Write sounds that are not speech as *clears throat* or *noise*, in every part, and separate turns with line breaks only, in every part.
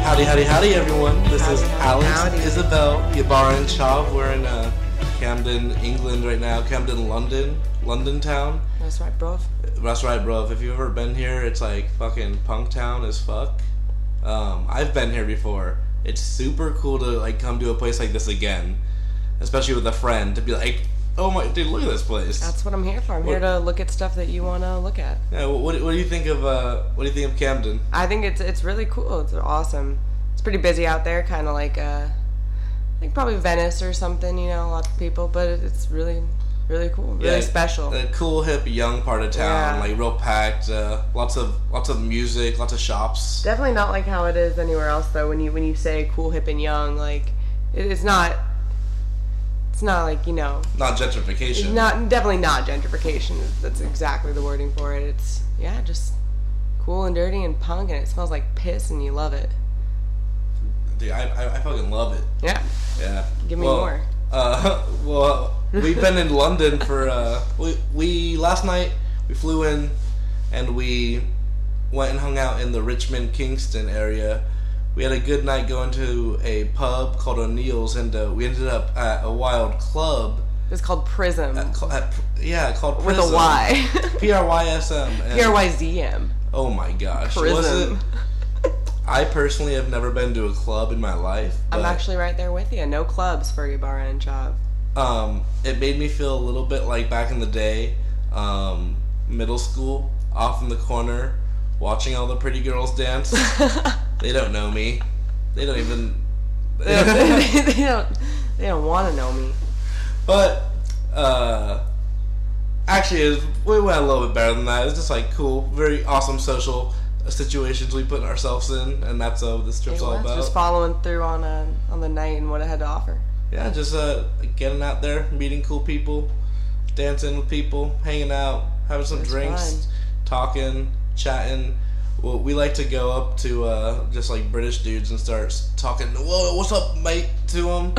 Howdy, everyone. This is
Howdy, howdy,
Alex,
howdy.
Isabel, Yabaran Shaw. We're in uh, Camden, England right now. Camden, London. London town.
That's right, bro.
That's right, bro. If you've ever been here, it's like fucking punk town as fuck. Um, I've been here before. It's super cool to like come to a place like this again, especially with a friend. To be like, oh my, dude, look at this place.
That's what I'm here for. I'm here
What-
to look at stuff that you want to look at.
yeah, what, what do you think of uh, what do you think of Camden?
I think it's it's really cool. It's awesome. It's pretty busy out there, kind of like uh, like probably Venice or something. You know, a lot of people, but it- it's really really cool, really
Yeah,
special.
A cool, hip, young part of town,
Yeah.
like real packed. Uh, lots of lots of music, lots of shops.
Definitely not like how it is anywhere else though. When you when you say cool, hip, and young, like it, it's not. It's not like you know.
Not
It's
gentrification.
not definitely not gentrification. That's exactly the wording for it. It's yeah, just cool and dirty and punk, and it smells like piss, and you love it.
Dude, I, I, I fucking love it.
Yeah.
Yeah.
Give me
Well,
more.
Uh, *laughs* well, we've been
*laughs*
in London for uh, we we last night we flew in and we went and hung out in the Richmond Kingston area. We had a good night going to a pub called O'Neill's, and uh, we ended up at a wild club.
It's called Prism
At, cl- at, yeah, called
with a
Uh, Prism.
Y. *laughs*
P R Y S M. and-
P R Y Z M.
Oh my gosh. Was
Prism.
it? I personally have never been to a club in my life.
I'm
but,
actually right there with you. No clubs for Ybarra
*laughs*
and Chav.
Um, it made me feel a little bit like back in the day, um, middle school, off in the corner, watching all the pretty girls
*laughs*
dance. they don't know me. They don't even.
they, don't, *laughs* they don't. They don't want to know me.
*laughs* But uh, actually, it was, we went a little bit better than that. It was just like cool, very awesome social situations we put ourselves in, and that's uh, what this trip's
It
all
was
about.
Just following through on uh on the night and what I had to offer.
yeah, just uh, getting out there, meeting cool people, dancing with people, hanging out, having some
That's
drinks,
fun.
talking, chatting. Well, we like to go up to uh, just like British dudes and start s- talking. Whoa, what's up, mate? To
*laughs*
them,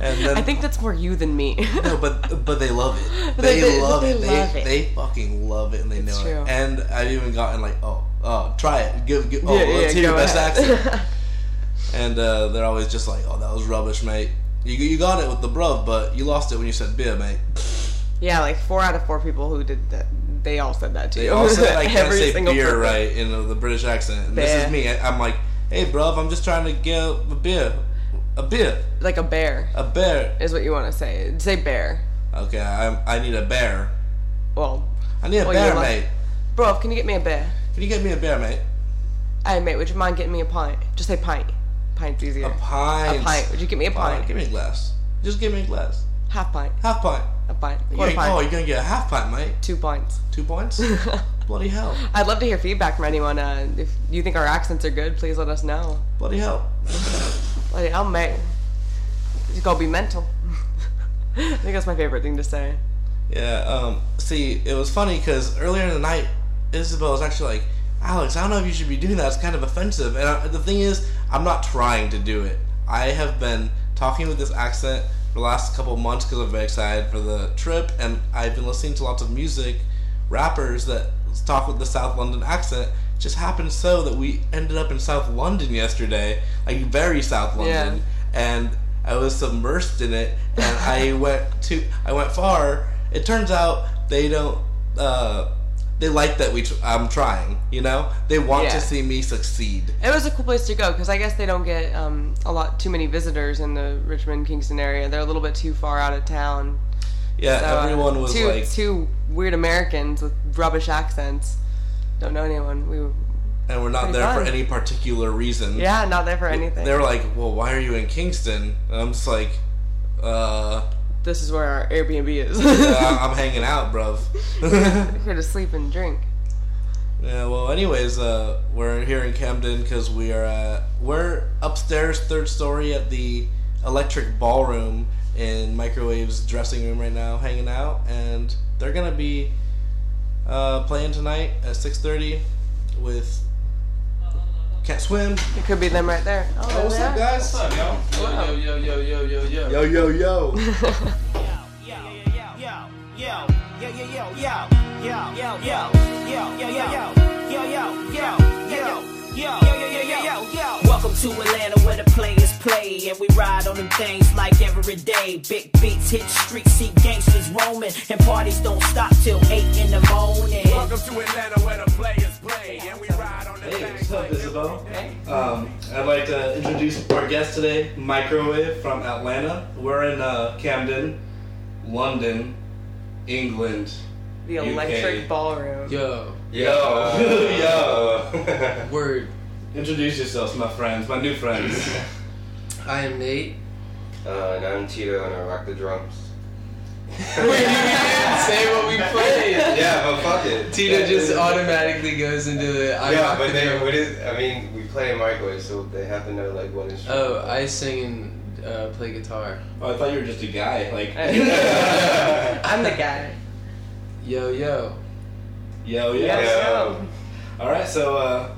and then
I think that's more you than me. *laughs*
No, but but they love it. They,
They- they-
love,
they
it.
love
they,
it.
They fucking love it, and they know
true.
it. And I've even gotten like, oh, oh, try it. Give, give oh,
Yeah, yeah,
let's hear your
go
best
ahead.
accent.
*laughs*
and uh, they're always just like, oh, that was rubbish, mate. You you got it with the bruv, but you lost it when you said beer, mate.
*laughs* yeah, like four out of four people who did that, they all said that too.
They all said
*laughs*
I can't
Every
say beer
single person.
right in the British accent. And this
Beer.
is me. I, I'm like, hey, bruv, I'm just trying to get a beer, a beer,
Like a bear
a bear.
is what you want to say. Say bear.
Okay, I I need a bear.
Well,
I need a
Well,
bear,
you're like-
mate.
bro, can you get me a bear?
Can you get me a bear, mate?
Hey mate, would you mind getting me a pint? Just say pint. Pint's easier.
A pint.
A pint. Would you get me a
Fine,
pint?
give me a glass. Just give me a glass.
Half pint.
Half pint.
A pint.
You
Quarter
ain't-
pint.
Oh, you're gonna get a half pint, mate.
Two pints.
Two pints? Bloody hell.
I'd love to hear feedback from anyone. Uh, if you think our accents are good, please let us know.
Bloody hell.
Like, I'll make. It's gonna be mental. *laughs* I think that's my favorite thing to say.
Yeah, um, see, it was funny because earlier in the night, Isabel was actually like, Alex, I don't know if you should be doing that. It's kind of offensive. And I, the thing is, I'm not trying to do it. I have been talking with this accent for the last couple of months because I'm very excited for the trip, and I've been listening to lots of music, rappers that talk with the South London accent. It just happened so that we ended up in South London yesterday, like very South London
Yeah.
and I was submersed in it, and
*laughs*
I went to I went far. It turns out they don't. Uh, they like that we. Tr- I'm trying. You know, they want
Yeah.
to see me succeed.
It was a cool place to go because I guess they don't get um, a lot too many visitors in the Richmond Kingston area. They're a little bit too far out of town.
Yeah,
So, uh,
everyone was
two,
like,
two weird Americans with rubbish accents. Don't know anyone. We were,
and we're not
pretty
there for
fun.
any particular reason.
yeah, not there for anything.
they were like, well, why are you in Kingston? And I'm just like, uh, *laughs*
this is where our Airbnb is. *laughs*
yeah, I'm hanging out, bruv.
Here to sleep and drink.
Yeah, well, anyways, uh, we're here in Camden because we are uh, we're upstairs, third story at the Electric Ballroom in Microwave's dressing room right now, hanging out, and they're gonna be uh, playing tonight at six thirty with Can't Swim.
It could be them right there. Oh, there
what's
they
up,
are.
guys?
What's up,
Wow.
yo? Yo, yo, yo, yo, yo, yo.
Yo, yo, yo!
yo, yo, yo, yo, yo, yo, yo, yo, yo, yo, yo, yo, yo, yo, yo, yo, yo, yo, yo, yo, yo, yo, yo, yo, yo. Welcome to Atlanta where the players play and we ride on them things like every day. Big beats hit streets, see gangsters roaming and parties don't stop till eight in the morning.
Welcome to Atlanta where the players play and we ride on the
Hey,
back
what's up,
like
Isabel? Um, I'd like to introduce our guest today, Microwave from Atlanta. We're in uh, Camden, London, England.
The
UK.
electric ballroom.
Yo,
Yo, *laughs* yo. *laughs*
word.
Introduce yourselves, my friends, my new friends.
I am Nate.
Uh, and I'm Tito, and I rock the drums.
Wait, you didn't say what we played.
*laughs* Yeah, but fuck it.
Tito
Yeah,
just
it-
automatically goes into it. I
Yeah,
rock
but
the
they,
drum.
what is, I mean, we play in microwave, so they have to know, like, what instrument.
Oh, I sing and uh, play guitar.
Oh, I thought you were just a guy. Like,
I'm the guy.
Yo, yo.
*laughs* yo, yo.
Yeah. um,
All right, so uh,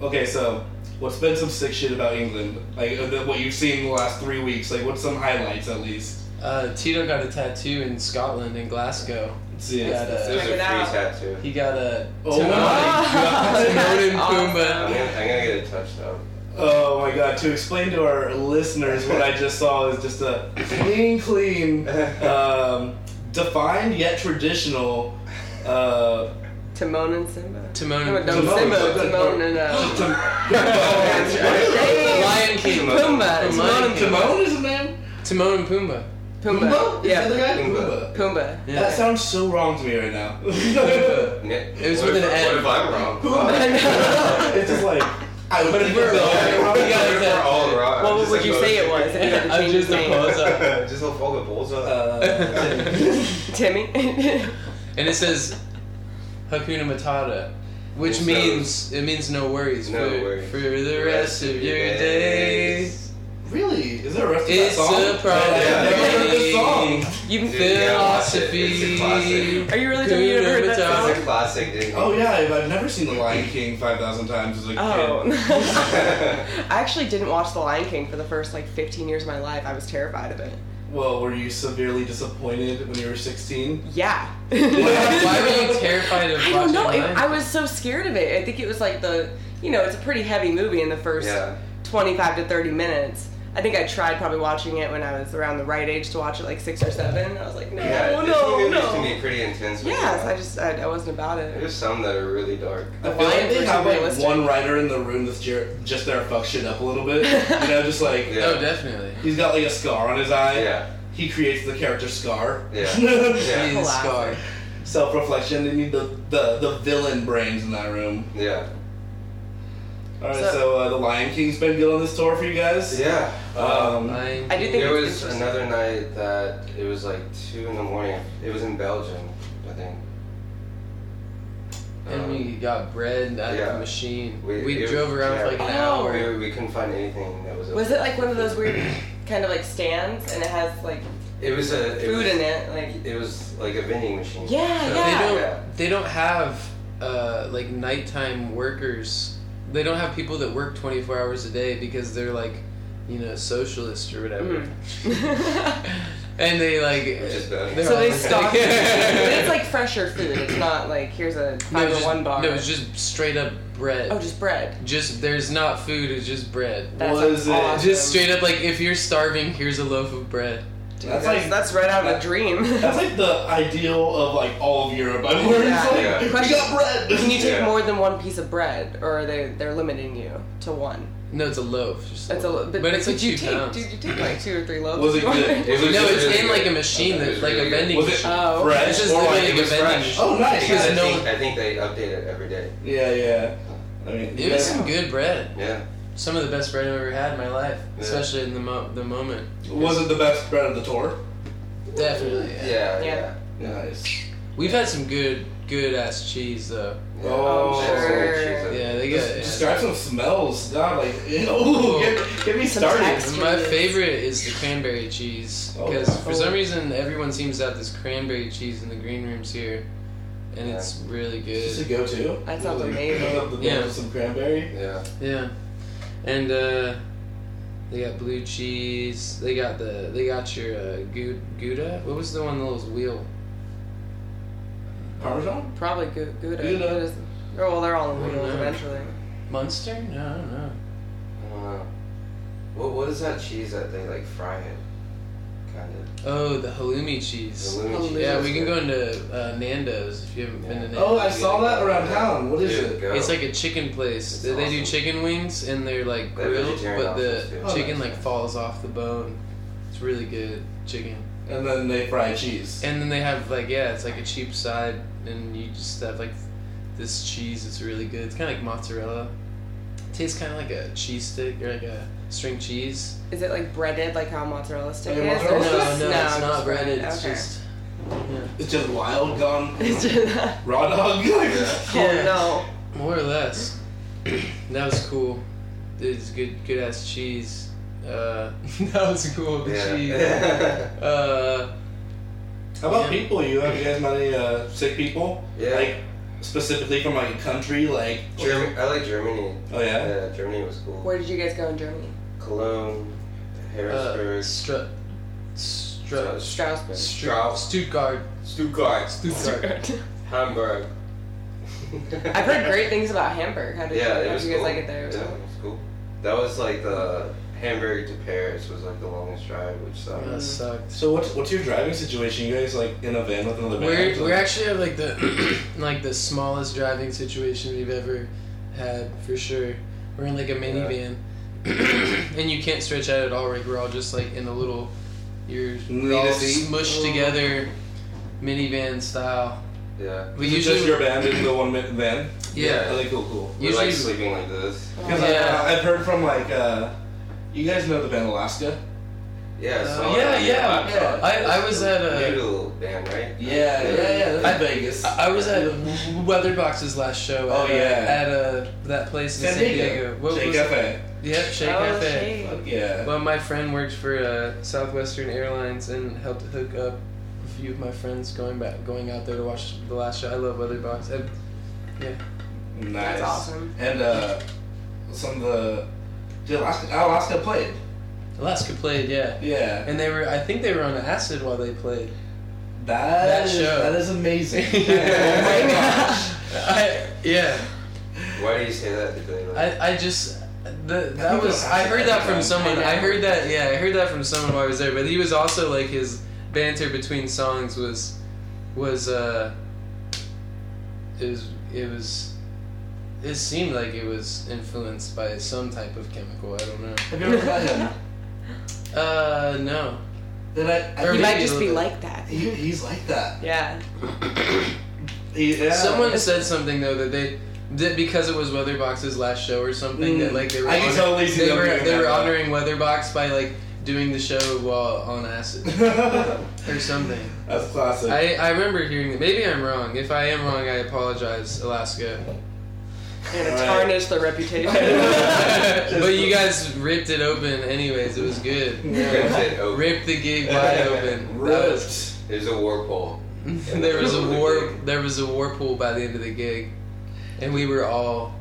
okay, so what's been some sick shit about England? Like uh, the- what you've seen in the last three weeks? Like what's some highlights at least?
Uh, Tito got a tattoo in Scotland in Glasgow.
Let's see.
He got
There's a
a,
Check
free
it out.
tattoo.
he got a
Oh
Timon-
my
Timon and
That's
Pumbaa.
I'm gonna, I'm gonna get a touchdown.
Oh my god! To explain to our listeners what I just saw is just a clean, clean, um, defined yet traditional. Uh,
Timon and Simba.
Timon
No,
and
no,
Timon.
Simba. Timon and uh,
Tim-
Lion King.
Pumbaa.
From
It's
Lion
Timon and
King.
Timon is his name.
Timon and Pumbaa.
Pumbaa.
Is the other
Yeah,
guy?
Pumbaa.
Pumbaa.
Yeah.
That sounds so wrong to me right now. *laughs* it's
It
was
what
with
if,
an
What
N.
if
*laughs*
I'm wrong? *laughs*
just like I would
But
think
we're
it's
wrong.
okay,
We
Robbie.
got
What if we're all wrong?
What
Just
would
like
you
most
say it
people-
was if you had to
I'm
change
just
his
a
name?
poser.
*laughs* Just a fucking bullseye.
Uh,
Timmy. *laughs*
and it says Hakuna Matata, which
It
means it means no worries
*laughs* No
for, *laughs*
worries.
for the rest of your day.
*laughs* really? Is there a rest of
It's
that song?
a problem.
I never heard this song.
You.
Dude, yeah, watch it.
Philosophy.
It's a classic.
Are you really telling me you never heard that
Hakuna
It's a
song?
classic, dude.
Oh yeah, I've, I've never seen The Lion King five thousand times as a kid.
*laughs* Oh. *laughs* I actually didn't watch The Lion King for the first like 15 years of my life. I was terrified of it.
Well, were you severely disappointed when you were sixteen?
Yeah. *laughs*
Matata. Why were you terrified of
I don't
watching
know. It,
Lion
I
King?
was so scared of it. I think it was like the, you know, it's a pretty heavy movie in the first
Yeah.
25 to 30 minutes. I think I tried probably watching it when I was around the right age to watch it, like six or seven. I was like, no,
Yeah, Disney
Oh, no,
movies can
no.
be pretty intense. when
Yes,
you're
I just, I, I wasn't about it.
There's some that are really dark.
I feel
Lion
like they
versus
have like
realistic.
one writer in the room that's jer- just there to fuck shit up a little
*laughs*
bit. You know, just like
Yeah.
Oh, definitely.
he's got like a scar on his
Uh,
eye.
Yeah.
He creates the character Scar. *laughs*
Yeah. Yeah.
He's
Classic.
scarred.
Self reflection. They need the, the the villain brains in that room.
Yeah.
All right, so,
So-
uh, the Lion King's been good on this tour for you guys.
Yeah.
Um,
Lion
I do think
There
it's
was
interesting.
another night that it was like two in the morning. It was in Belgium, I think.
And we got bread out of
Yeah.
the machine. We,
We- it-
drove around for like an
yeah.
Oh.
hour.
Um, We, we couldn't find anything that was.
Was it like one of those weird kind of like stands and it has like
It was a it
food
was,
in it?
*laughs*
Like, *laughs*
It was like a vending machine.
Yeah,
So-
They
yeah.
don't.
Yeah.
They don't have uh, like nighttime workers. They don't have people that work 24 hours a day because they're like, you know, socialist or whatever.
Mm-hmm.
And they like.
Which is bad.
they're
so they
all- *laughs*
stock it. But it's like fresher food. It's not like here's a
No,
five oh
it's just,
one bar.
No, it's just straight up bread.
oh, just bread.
Just- there's not food. It's just bread.
That's
Was it-
awesome.
Just straight up like if you're starving, here's a loaf of bread.
that's
That's,
like
that's right out of a dream.
that's like the ideal of like all of Europe. I've learned
Yeah.
Yeah.
it's like we got bread.
*laughs* Can you take
Yeah.
more than one piece of bread, or are they they're limiting you to one?
No, it's a loaf. Just
That's a
loaf.
li- but,
but it's
but
like
you
two
take
pounds.
did you take like two or three loaves?
Was it good?
It was
no,
just
it's
really
in like a
good.
machine
Okay, it
that
was
like
really
a
good.
vending.
Was it
machine.
*laughs* Oh.
fresh
This is
or like
literally like
It
a
was
vending
fresh.
machine.
Oh, nice.
Because
I,
no-
think, I think they update it every day.
Yeah, yeah. I mean,
It was some good bread.
Yeah.
Some of the best bread I've ever had in my life,
Yeah.
especially in the mo- the moment.
was it the best bread of the tour?
Definitely.
Yeah.
Yeah.
Yeah.
Yeah.
Nice.
We've had some good good ass cheese though.
Yeah.
Oh,
That's some good
sure.
cheese, I think.
Yeah, they
Just
got. yeah.
describe some smells. God, like, *laughs* ooh, get, get me started.
text.
My
Cheese.
favorite is the cranberry cheese
Oh,
because
yeah.
for some reason everyone seems to have this cranberry cheese in the green rooms here, and
Yeah.
it's really
Just a
good.
go-to.
That sounds
Like,
amazing.
cut up the
Yeah.
yeah. Some cranberry.
Yeah.
Yeah, and uh, they got blue cheese. They got the they got your uh, gou- gouda. What was the one that was wheel?
Parmesan.
Probably Gouda.
Gouda.
Gouda's- Oh well, they're all in
I don't
wheels
know.
eventually.
Munster? No, I don't know.
I don't know. What what is that cheese that they like fry it? Kind of.
Oh, the halloumi cheese.
Halloumi cheese.
Yeah, we can go into uh, Nando's if you haven't been to Nando's.
Oh, I saw that around town. What is
Dude,
it?
go.
It's like a chicken place.
It's
they they do
awesome.
chicken wings and they're like
They're
grilled,
vegetarian
but the
options, too.
Oh,
chicken
nice.
like falls off the bone. It's really good chicken.
And then they fry cheese.
And then they have like yeah, it's like a cheap side, and you just have like this cheese. It's really good. It's kind of like mozzarella. tastes kind of like a cheese stick or like a string cheese.
Is it like breaded, like how mozzarella stick
Like a
is?
No,
*laughs* or
mozzarella
no,
stick?
just-
it's not
just
breaded. It's
okay.
just
It's just wild gone
*laughs* It's just-
*laughs*
raw dog. *laughs*
Yeah.
Oh
more or less. *clears throat* that was cool. It's good, good ass cheese. Uh, *laughs* that was cool. The cheese.
Yeah.
*laughs* Uh,
How about
Yeah.
people? You have you guys met any uh, sick people?
Yeah.
Like specifically from like a country, like
*laughs* Germ- I like Germany.
Oh yeah.
Yeah, Germany was
no!
cool.
Where did you guys go in Germany?
Cologne,
uh,
Harrisburg,
Stra- Stra-
Strasbourg.
Stra-
Strauss,
Stuttgart.
Stuttgart,
Stuttgart.
Hamburg.
*laughs* I've heard
*laughs*
great things about Hamburg. How did
Yeah,
you,
it
how
was
did you guys
cool.
like it there?
Yeah, it was cool. That was like the Hamburg to Paris was like the longest drive, which sucked.
Oh,
Mm.
That sucked.
So what's what's your driving situation? You guys like in a van with another
We're,
band?
we're actually at like the *clears throat* like the smallest driving situation we've ever had for sure. We're in like a minivan, *clears throat* and you can't stretch out at all. Like we're all just like in a little, you're
Need
we're all
a seat?
Oh.
smushed together, minivan style.
Yeah.
We
Is it
usually
just your band in the one mi- van?
yeah.
Okay, cool, cool.
We're
Usually-
like sleeping like this.
Because
Yeah.
I've heard from like uh, you guys know the band Alaska.
Yeah, so
Uh, yeah, yeah,
yeah.
I, I was at a
noodle band, right?
that's
I-
Vegas.
I was at Weatherbox's last show.
Oh,
at, uh,
yeah.
at a that place in San Diego. What
Shake
was it?
Cafe.
Yep, Shake
Oh,
Cafe.
Shake.
Fuck yeah.
Well, my friend worked for uh, Southwestern Airlines and helped hook up a few of my friends going back, going out there to watch the last show. I love Weatherbox. I,
Nice.
That's awesome.
And uh, some of the did Alaska, Alaska played.
Alaska played, yeah,
Yeah.
and they were. I think they were on acid while they played. *laughs*
That,
That
is-
show.
That is
*laughs*
amazing.
Yeah.
oh my gosh.
I yeah.
Why do you say that? Did they, like,
I, I just the, that was I heard that from someone. I heard that yeah, I heard that from someone while I was there. But he was also like his banter between songs was was uh it was it was it seemed like it was influenced by some type of chemical. I don't know.
Have you ever met him?
Uh no.
Did I? I
He
Or
think
might
maybe a
just be
little
like that.
he, he's like that.
Yeah.
He, yeah.
Someone said something though that they that because it was Weatherbox's last show or something that
Mm.
like they were
I can
honor-
totally see
they
them
were
doing
they
that,
were
though.
honoring Weatherbox by like doing the show while on
*laughs* *laughs*
acid
That's
or something.
classic.
I, I remember hearing that. Maybe I'm wrong. If I am wrong, I apologize,
*laughs*
Alaska.
You're gonna
Right.
tarnish the
*laughs*
reputation.
but you guys ripped it open, anyways. It was good.
ripped it open.
Ripped the gig wide
*laughs*
open. That was-
Ripped.
There's a war pole.
*laughs* there was a war. There was a war pool by the end of the gig, and we were all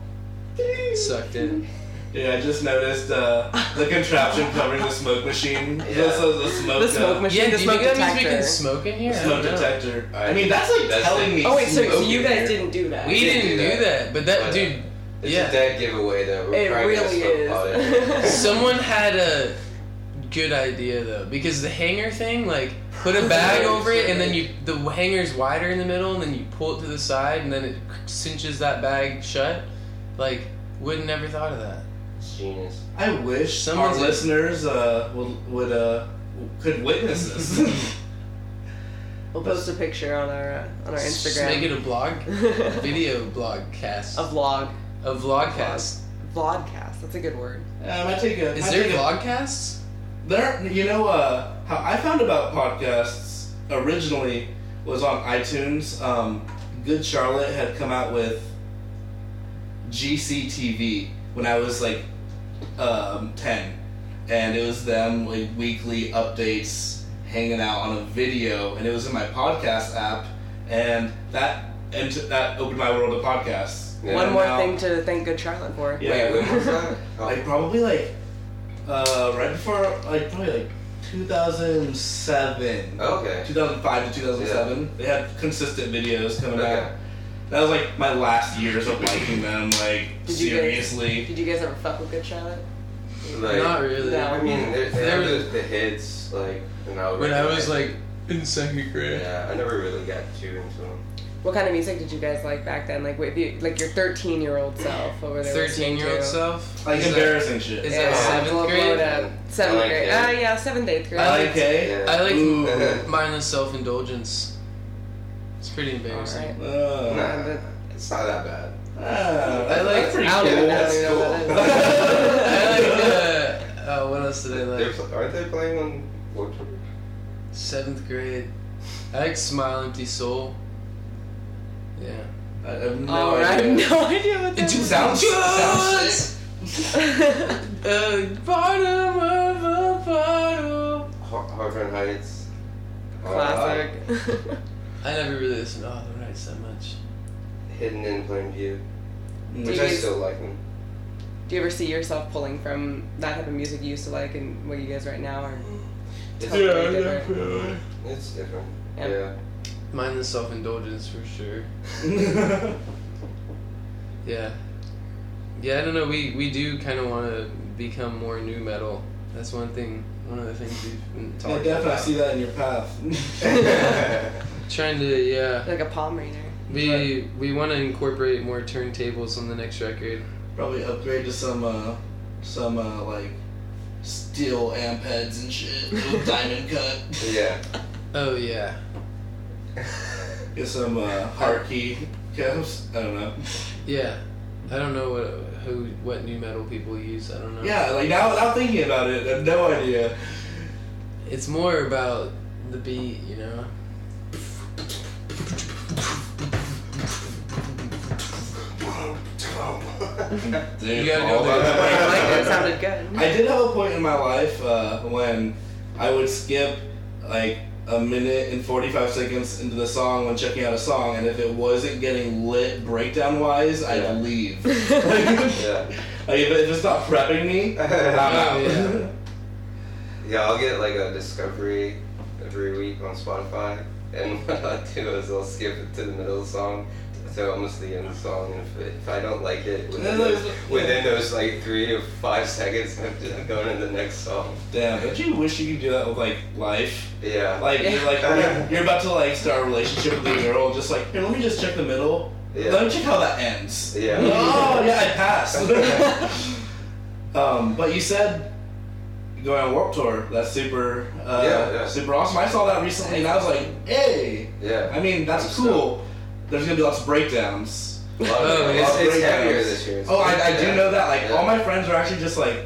sucked in.
Yeah, I just noticed uh, the contraption
*laughs*
covering the smoke machine. This is the smoke.
the smoke
uh,
machine,
Yeah,
the
do you
smoke
think that means we
detector.
can smoke in here? I
Smoke
don't know.
detector.
I-
I mean, that's like
that's
telling
it.
me.
oh wait, so, so
smoke
you
in
guys
here.
didn't do that?
We didn't do that, but that
But,
dude.
It's
yeah.
a dead giveaway though. We're
It
probably gonna
really
smoke
is.
pot
*laughs*
*laughs*
in here.
Someone had a good idea though, because the hanger thing, like put a bag over it, and then you the hanger's wider in the middle, and then you pull it to the side, and then it cinches that bag shut. Like, wouldn't never thought of that.
It's Genius.
I wish
Someone's
our
a-
listeners uh, would, would uh, could witness this.
We'll post a picture on our uh, on our
Just
*laughs*
make it
Instagram.
a blog, video blog cast,
a vlog.
a vlog cast.
Vlogcast. That's a good word.
*laughs* Yeah, I might take a.
Is
might
there
take a-
vlogcasts?
There, you know, uh, how I found about podcasts originally was on iTunes. Um, Good Charlotte had come out with GCTV when I was like um, ten, and it was them like weekly updates, hanging out on a video, and it was in my podcast app, and that and that opened my world to podcasts.
Yeah.
One more
Now-
thing to thank Good Charlotte for.
Yeah.
Wait, when
*laughs*
was that? Oh,
like probably like uh, right before like probably like 2007
Okay. Oh.
2005 to 2007 they had consistent videos coming
Okay.
out That was like my last years of liking them. Like
Did you
seriously,
guys? *laughs* Did you guys ever fuck with Good Charlotte?
Like,
Not really.
No.
I mean, they, they
There
have
was-
the, the hits, like, and I would
When I was
recommend-
like in second grade.
yeah, I never really got too into them.
What kind of music did you guys like back then? Like, with you, like your thirteen-year-old self over there. listening
13 year old
to?
self?
like
Is that-
embarrassing shit.
is
Yeah,
that seventh
blow- blow
grade?
it up. Seventh
I like
grade.
it.
Uh, yeah, seventh, eighth grade.
I like-
okay.
Yeah.
I like
Ooh.
mindless self indulgence. It's pretty embarrassing.
Alright.
Uh,
Nah, it's not that bad.
uh,
I like-
that's pretty
I don't
cool.
even know
that's
who that *laughs*
cool.
is.
I like, uh, oh, what else did I
They're,
like?
pl- aren't they playing on what tour?
Seventh grade. I like Smile Empty Soul. Yeah.
I have no
Oh, I have
idea.
no idea what that
It just
was.
sounds. sounds sick.
Just
*laughs* Uh,
a bottom of a bottle.
Ho- Harvard Heights. Uh,
Classic. *laughs*
I never really listened to All the Rights that much.
Uh, Hidden in Plain View,
Mm.
which I still like them.
Do you ever see yourself pulling from that type of music you used to like and what you guys right now are?
It's,
Yeah, definitely.
it's different.
Yeah.
Yeah.
Mindless self indulgence for sure. Yeah. Yeah, I don't know. We we do kind of want to become more new metal. That's one thing. One of the things we've been
*laughs* I
talking
definitely
about.
see that in your path.
*laughs*
*laughs*
Trying to yeah.
Like a palm reader.
We we want to incorporate more turntables on the next record.
Probably upgrade to some, uh, some uh, like steel amp heads and shit, little diamond cut.
yeah. *laughs*
Oh yeah.
Get some uh, hard key caps. I don't know.
Yeah. I don't know what who what new metal people use. I don't know.
Yeah, like now without thinking about it, I have no idea.
It's more about the beat, you know.
Dude,
You gotta
all about
go there.
*laughs* I
that.
like that. It sounded *laughs* good.
I did have a point in my life uh, when I would skip like a minute and 45 seconds into the song when checking out a song, and if it wasn't getting lit breakdown wise, I'd
Yeah.
leave.
*laughs*
like,
*laughs* yeah.
if, if it's not prepping
*laughs*
me, I'm out.
yeah.
Yeah, I'll get like a discovery every week on Spotify, and *laughs* what I'll do is I'll skip it to the middle of the song. So almost the end of the song, and if, it, if I don't like it within
No, no,
those,
no, yeah.
within those like three to five seconds, *laughs* I'm just going to the next song.
Damn, don't you wish you could do that with like life?
Yeah,
Like, you're, like you're, you're about to like start a relationship with a girl, just like here, let me just check the middle.
Yeah.
Let me check how that ends.
Yeah.
*laughs* Oh yeah, I passed.
*laughs*
*laughs* um, but you said going on Warp Tour. That's super. Uh,
Yeah, yeah.
Super awesome. I saw that recently, and I was like, hey.
yeah.
I mean, that's
I'm
cool. There's gonna be lots of breakdowns.
A lot
Oh,
of,
it's-
it's, it's
breakdowns.
heavier this year. It's-
Oh, I, I do
yeah.
know that. Like,
Yeah.
all my friends are actually just like,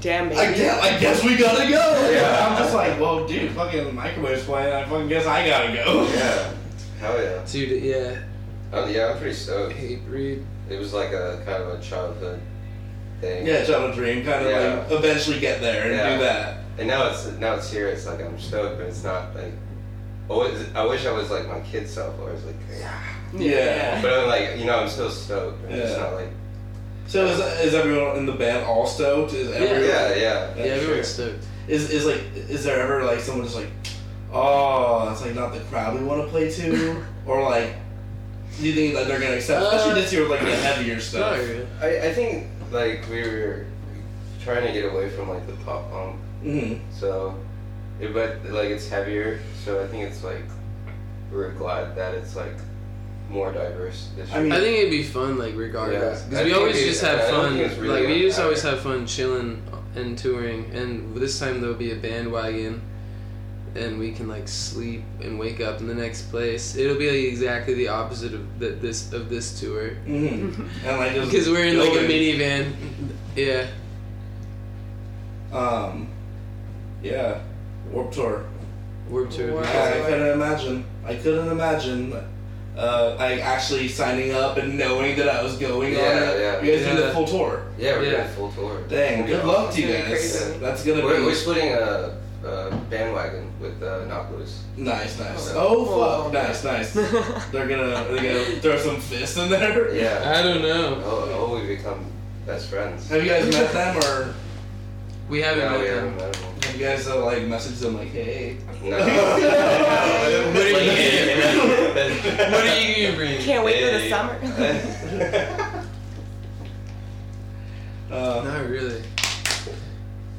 Damn baby.
I guess, I guess we gotta go.
Yeah.
I'm just like, well, dude, fucking the microwave's playing. I fucking guess I gotta go.
Yeah. Hell yeah.
Dude, yeah.
Um, yeah, I'm pretty stoked.
Hate read.
It was like a kind of a childhood
*laughs*
thing.
Yeah, job a dream, kind of
Yeah.
like eventually get there and
Yeah.
do that.
And now it's now it's here. It's like I'm stoked, but it's not like. Always, I wish I was like my kid self. I was like, yeah.
Yeah.
But I'm like, you know, I'm still stoked. It's
Yeah.
not like.
So is, is everyone in the band all stoked? Is everyone,
Yeah,
Yeah,
yeah.
sure.
everyone's stoked.
Is is like is there ever like someone just like, oh, that's like not the crowd we want to play
*laughs*
to, or like, do you think that they're gonna accept?
Uh,
Especially this year with like the heavier stuff.
Sorry.
I, I think like we were trying to get away from like the pop punk,
Mhm.
so. It, but like it's heavier, so I think it's like we're glad that it's like more diverse this year.
I mean-
I think it'd be fun, like regardless,
Yeah.
because
I
we
think
always
it'd be-
just have
I don't
fun.
think it's really
like we
gonna
just always
matter.
have fun chilling and touring, and this time there'll be a bandwagon, and we can like sleep and wake up in the next place. It'll be like exactly the opposite of th- this of this
*laughs*
tour,
Mhm. And like just
because we're in like a
going-
minivan. Yeah,
Um, yeah, Warp Tour.
Warped Tour. would be
Wow.
awesome.
I couldn't imagine. I couldn't imagine. Uh, like actually signing up and knowing that I was going on
Yeah,
it.
yeah.
you guys do
Yeah.
the full tour.
Yeah, we're
Yeah.
doing full tour.
Dang, good luck to you
That's gonna be
guys.
crazy.
That's gonna
We're, we're
be
splitting a, a bandwagon with uh, Nautilus.
nice, nice.
Yeah.
Oh
Oh.
fuck, nice,
*laughs*
nice. They're gonna they're gonna throw some fists in there. *laughs*
Yeah.
I don't know.
Oh, oh, we become best friends.
Have you guys met them or?
We haven't
No,
met
we
them.
haven't
*laughs*
met them.
You guys uh, like message them like, hey.
No.
What are you
Yeah.
What are
*laughs*
you gonna bring?
Can't wait for the
Hey.
*laughs* summer.
Uh,
Not really.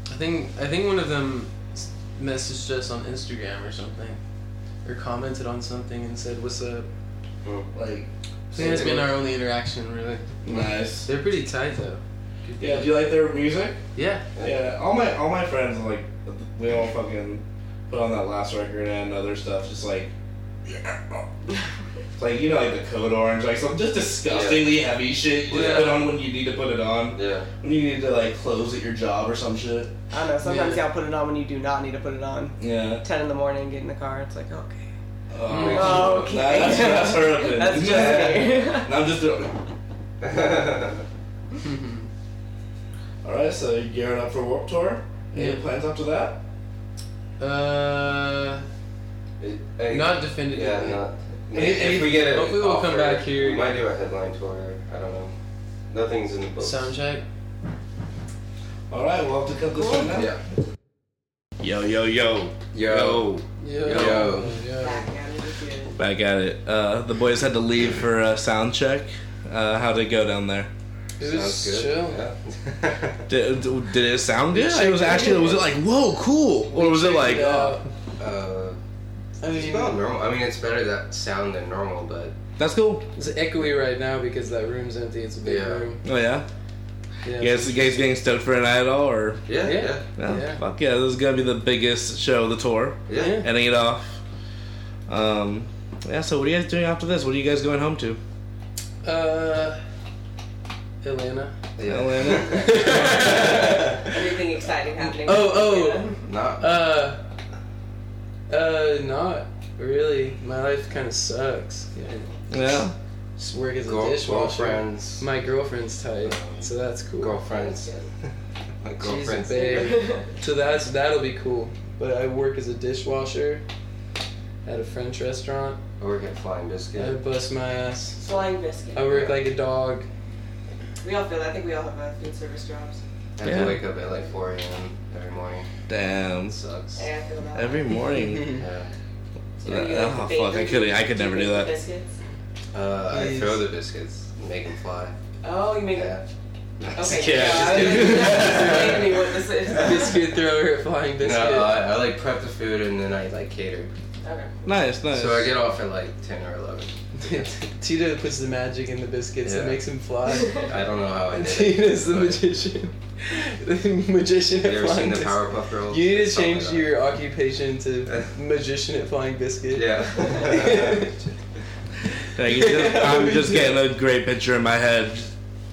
I think I think one of them s- messaged us on Instagram or something, or commented on something and said, "What's up?"
like,
I think that's been our only interaction, really.
nice.
They're pretty tight though.
Yeah. Do you like their music?
*laughs* Yeah.
Yeah. All my all my friends like, we all fucking put on that last record and other stuff. Just like, It's like you know, like the code orange, like some just disgustingly heavy shit you just
Yeah.
put on when you need to put it on.
*laughs* yeah.
When you need to like close at your job or some shit.
I don't know. Sometimes
Yeah.
y'all put it on when you do not need to put it on.
Yeah.
Ten in the morning, get in the car. It's like okay.
Oh,
Okay.
Nah, that's, that's her opinion.
That's just *laughs* me.
And I'm just doing. All right, so you gearing up for Warp Tour? Any
Yeah.
plans after that?
uh,
Hey,
not definitively.
Yeah, not.
If-
If,
if-
we get it,
hopefully we'll come back here.
We might do a headline tour. I don't know. Nothing's in the books.
Sound check.
All right, we'll have to cut this one now.
Yeah.
Yo, yo, yo,
Yo. Oh
Yo.
Back at it again.
Back at it. Uh, the boys had to leave for uh, sound check. Uh, how'd it go down there?
It
Sounds
was
good.
chill.
Yeah. *laughs*
Did, did it sound good? It was actually was it like whoa cool or was it like
Yeah.
uh,
I
it's
mean,
about normal. I mean, it's better that sound than normal, but
that's cool?
it's echoey right now because that room's empty. It's a big
Yeah.
room.
Oh yeah.
Yeah.
You guys, you guys getting stoked for a night at all or?
yeah,
Yeah.
yeah,
No?
Yeah.
Fuck yeah! This is gonna be the biggest show of the tour,
yeah.
Yeah.
ending it off. Um, yeah. So what are you guys doing after this? What are you guys going home to?
Uh, Atlanta.
Yeah.
Atlanta.
Everything exciting happening.
Oh, oh.
Not.
Uh, uh, not really. My life kind of sucks. Yeah.
Yeah.
Just work as a
Girl-
dishwasher.
girlfriends.
My girlfriend's tight, so that's cool.
girlfriends. My
She's
girlfriends.
a babe.
*laughs*
so that's that'll be cool. But I work as a dishwasher at a French restaurant.
I work at Flying
I
Biscuit.
bust my ass.
Flying biscuit.
Oh,
I work like a
*laughs*
dog.
We all feel that. I think we all have uh, food service jobs.
I have
Yeah.
to wake up at like 4 a.m. every morning.
Damn.
It sucks.
Hey, I feel that.
Every *laughs* morning.
Yeah.
Are you,
Oh,
like,
fuck,
baker?
I couldn't- I could
Do you
never
bake
do that.
Biscuits?
Uh, I
Please.
throw the biscuits and make them fly.
Oh, you make
Yeah.
*laughs* Okay.
Yeah,
I
just
was-
kidding.
*laughs*
*laughs*
Explain to me what this is.
Biscuit thrower, flying
No,
biscuit. *laughs*
I, I like prep the food and then I like cater.
Okay.
Nice, nice.
So I get off at like 10 or 11.
Tito puts the magic in the biscuits that
Yeah.
makes him fly.
I don't know how
*laughs*
I
And
did it.
Tito's the
but-
magician. *laughs* the magician
Have
at
you ever
flying
seen the
biscuit.
Powerpuff Girls?
You need to
It's something
change
like
your occupation
*laughs*
to magician at flying biscuit.
that.
Like, it's just- *laughs* I'm just getting a great picture in my head.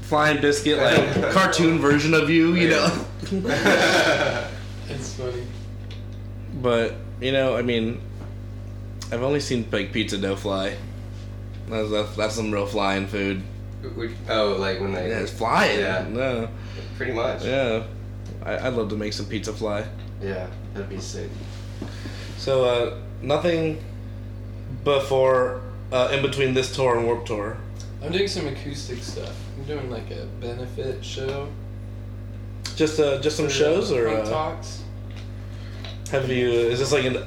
Flying biscuit, like cartoon version of you, you know.
*laughs*
Yeah. *laughs*
It's funny.
But you know, I mean, I've only seen baked pizza dough fly. That's that's, that's some real flying food.
Which- oh, like when they.
Yeah, it's flying.
Yeah.
No.
Pretty much.
Yeah. I, I'd love to make some pizza fly.
Yeah, that'd be sick.
So uh, nothing before uh, in between this tour and Warp Tour.
I'm doing some acoustic stuff. I'm doing like a benefit show.
Just uh, just some
for
shows or
Punk
uh,
talks.
have you? Is this like an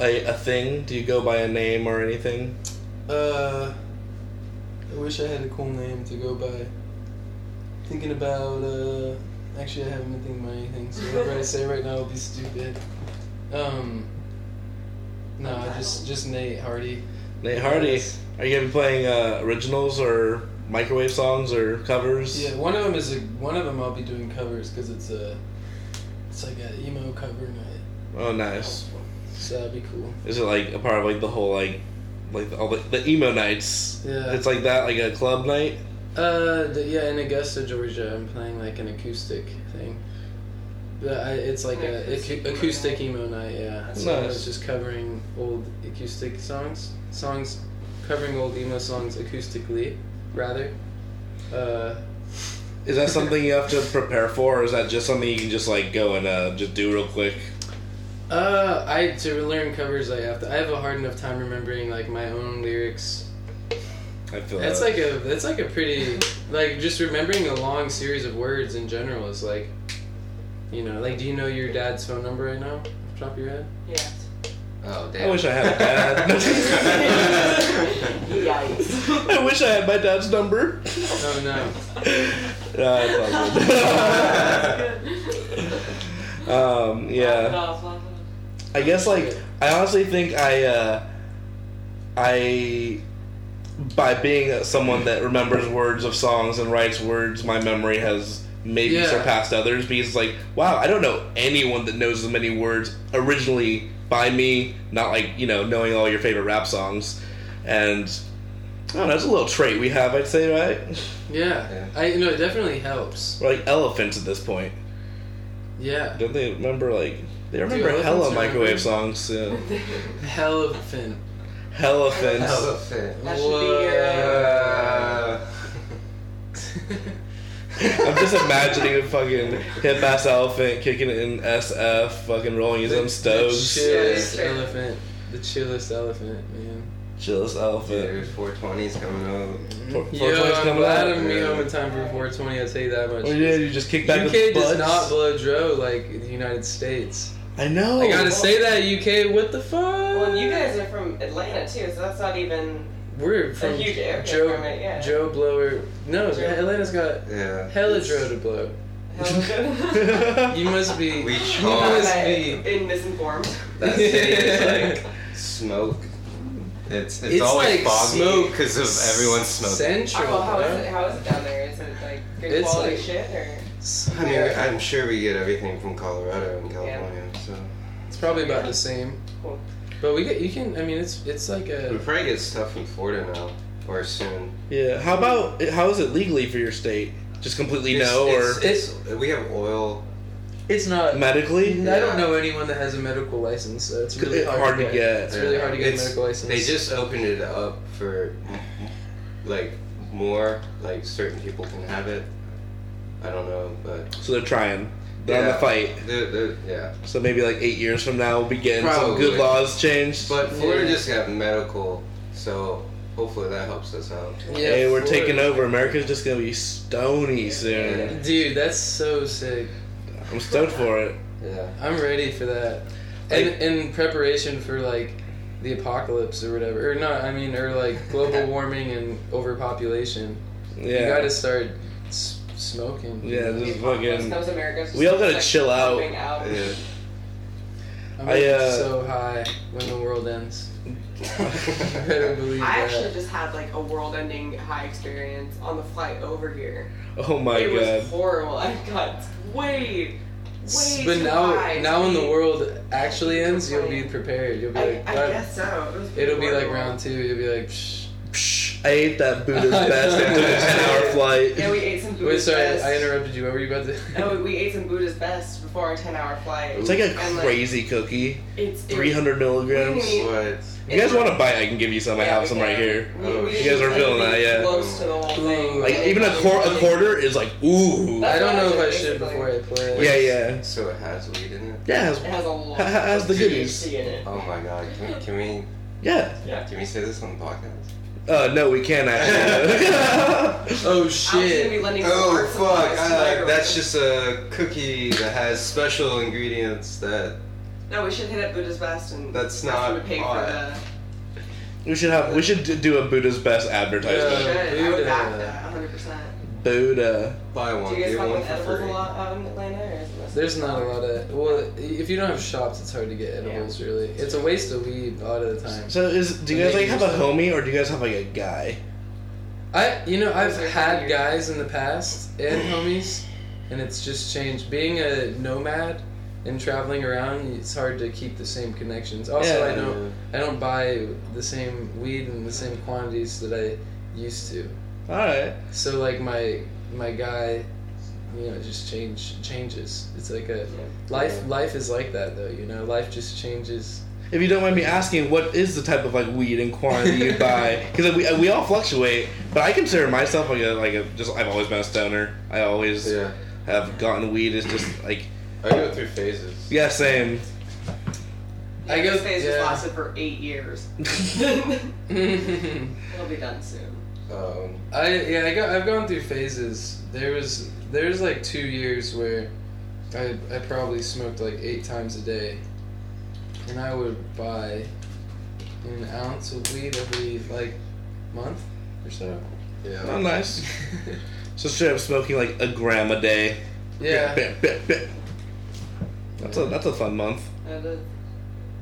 a, a thing? Do you go by a name or anything?
Uh, I wish I had a cool name to go by. Thinking about uh, actually I haven't been thinking about anything, so whatever I say right now will be stupid. Um, no, just just Nate Hardy.
Nate Hardy,
Yes.
are you gonna be playing uh, originals or microwave songs or covers?
Yeah, one of them is a, one of them I'll be doing covers because it's a it's like an emo cover night,
Oh, nice.
so that'd be cool.
Is it like a part of like the whole like like all the, the emo nights?
Yeah.
It's like that, like a club night.
Uh, the, yeah, in Augusta, Georgia, I'm playing like an acoustic thing. But I, it's like
An
a
acoustic
acoustic,
emo
acoustic
night.
emo night, yeah. So
Nice.
it's just covering old acoustic songs, songs covering old emo songs acoustically, rather. Uh,
Is that something you have to prepare for, or is that just something you can just like go and uh, just do real quick?
uh, I to learn covers, I have to. I have a hard enough time remembering like my own lyrics.
I feel
That's
that. *laughs*
like a that's like a pretty like just remembering a long series of words in general is like You know, like, do you know your dad's phone number right now? Off the top of your head?
*laughs*
Yes.
Oh damn!
I wish I had a
*laughs*
dad.
Yikes. *laughs*
I wish I had my dad's number. *laughs*
Oh no.
Nah,
*laughs*
it's all good. *laughs* um, yeah. I guess like I honestly think I uh, I by being someone that remembers words of songs and writes words, my memory has maybe
Yeah.
surpassed others because it's like wow, I don't know anyone that knows as many words originally by me. Not like you know knowing all your favorite rap songs, and I don't know. It's a little trait we have, I'd say, right?
Yeah. I you know it definitely helps.
We're like elephants at this point.
Yeah.
Don't they remember like they remember
elephants
hella
remember?
microwave songs?
*laughs*
Yeah.
Elephant.
Elephants.
Elephant.
That should be your,
Uh,
I'm just imagining a fucking hip ass elephant kicking it in SF, fucking rolling his own
*laughs* The
stoves.
chillest
Yeah.
elephant. The chillest elephant, man.
Chillest elephant.
Dude, 420's coming up.
Four- four
Yo,
twenties
I'm
coming
glad
out.
I'm
Yeah.
home in time for 420. I'll tell you that much.
Oh, yeah, you just kick back
UK
with
does
butts.
not blow dro like the United States.
I know.
I gotta say that UK. What the fuck?
Well, you guys are from Atlanta too, so that's not even.
We're from
huge area
Joe.
from it, yeah.
Joe blower. No,
Joe.
Atlanta's got
Yeah.
hella dro to blow.
*laughs*
You must be.
We
you
*laughs*
must
charge.
be.
in misinformed.
That city is like smoke. It's it's,
It's
always
like
foggy
smoke
because of everyone smoking.
Central.
Oh, well, how is
bro.
it? How is it down there? Is it like good
It's
quality
like-
shit or?
It's,
I mean, I'm sure we get everything from Colorado and California, so
it's probably about the same.
Cool.
But we get you can. I mean, it's it's like
we
a.
probably get stuff from Florida now or soon.
Yeah. How about how is it legally for your state? Just completely
It's-
no
it's-
or
it's, we have oil.
It's not.
medically?
I don't know anyone that has a medical license, so it's really
It's
hard, to get. It's
Yeah.
really hard to get a medical license.
They just opened it up for like more, like certain people can have it. I don't know, but
So they're trying. They're on
yeah,
the fight.
They're, they're, yeah,
So maybe like eight years from now we'll begin. Some good
Probably.
laws changed.
but Florida
Yeah.
just got medical, so hopefully that helps us out.
Yeah,
hey, we're
Florida.
taking over. America's just gonna be stony soon.
Dude, that's so sick.
I'm stoked for it.
Yeah.
I'm ready for that. And
Like-
in preparation for like the apocalypse or whatever, or not? I mean, or
*laughs*
like global warming and overpopulation.
Yeah.
You gotta start s- smoking.
Yeah, just fucking.
Comes America's
we all
just,
gotta
like,
chill out.
coming out.
Yeah.
I'm
I,
gonna be
uh,
so high when the world ends. *laughs* I better believe
I
that.
actually just had like a world-ending high experience on the flight over here.
Oh my
it was
god.
horrible. I got way, way
but
too
now,
high.
now when the
Way-
world actually ends, you'll be prepared. You'll be
I,
like,
I
"God."
guess so. It was pretty
it'll be like
horrible.
round two. You'll be like, Psh.
Psh, I ate that Buddha's best after a 10 hour flight.
*laughs* Yeah, we ate some
wait,
Buddha's
sorry,
best.
I interrupted you. What were you about to?
No, we ate some Buddha's best before our ten-hour flight.
It's like a
And,
crazy cookie.
it's
300 milligrams.
Really?
*laughs* What?
You guys want a bite? I can give you some. I
Yeah,
have
we
some
can.
right here.
We-
Oh,
we
you
guys are
like,
feeling
be
that, yeah.
Close to the whole thing.
Like, even a, quar- a quarter is like, ooh.
*laughs*
Yeah,
That's
I don't
what
know
I
if I
did,
should
basically.
before I play.
yeah.
So it has weed in it.
Yeah,
It
it's-
has a lot.
Ha- ha- has the
of
goodies.
THC in it.
Oh my god! Can, can we
yeah.
Yeah.
can we say this on the podcast?
Uh, no, we can't actually.
Oh
I'm just gonna be
shit.
lending
Oh
some
fuck!
parts of my
Uh,
microwave.
that's just a cookie that has special ingredients that
No, we should hit up Buddha's Best and
That's
ask them to
not
pay
on
for
it.
*laughs*
the.
we should have, we should d- do a Buddha's best
Yeah.
advertisement.
Good. I would
Buddha.
back that 100. percent
Buddha.
buy one
Do you guys
get
fuck
one
with
for
edibles
free.
a lot out in Atlanta, or is it mostly-
There's not a lot of well, if you don't have shops, it's hard to get edibles. Really, it's a waste of weed a lot of the time.
So is, do you guys like have a homie or do you guys have like a guy?
I, you know, I've
Those are
had
weird.
guys in the past and homies, and it's just changed. Being a nomad and traveling around, it's hard to keep the same connections. Also,
Yeah.
I don't, I don't buy the same weed in the same quantities that I used to.
Alright.
So like my my guy, you know, just change changes. It's like a life. Life is like that though. You know, life just changes.
If you don't mind me asking, what is the type of like weed and quantity
*laughs*
you buy? Because we, uh, we all fluctuate, but I consider myself like a like a just I've always been a stoner. I always
Yeah,
have gotten weed. It's just like
I go through phases.
yeah, same. *laughs*
Yeah,
I go-
This phase
yeah.
has lasted for eight years.
Oh,
It'll
*laughs* I
be done soon.
Um,
yeah, I go, I've gone through phases. There was there's like two years where I, I probably smoked like eight times a day. And I would buy an ounce of weed every like month or so.
Oh,
Mm.
Yeah.
nice. So straight up smoking like a gram a day.
yeah.
Bip, bip, bip. That's a that's a fun month,
That is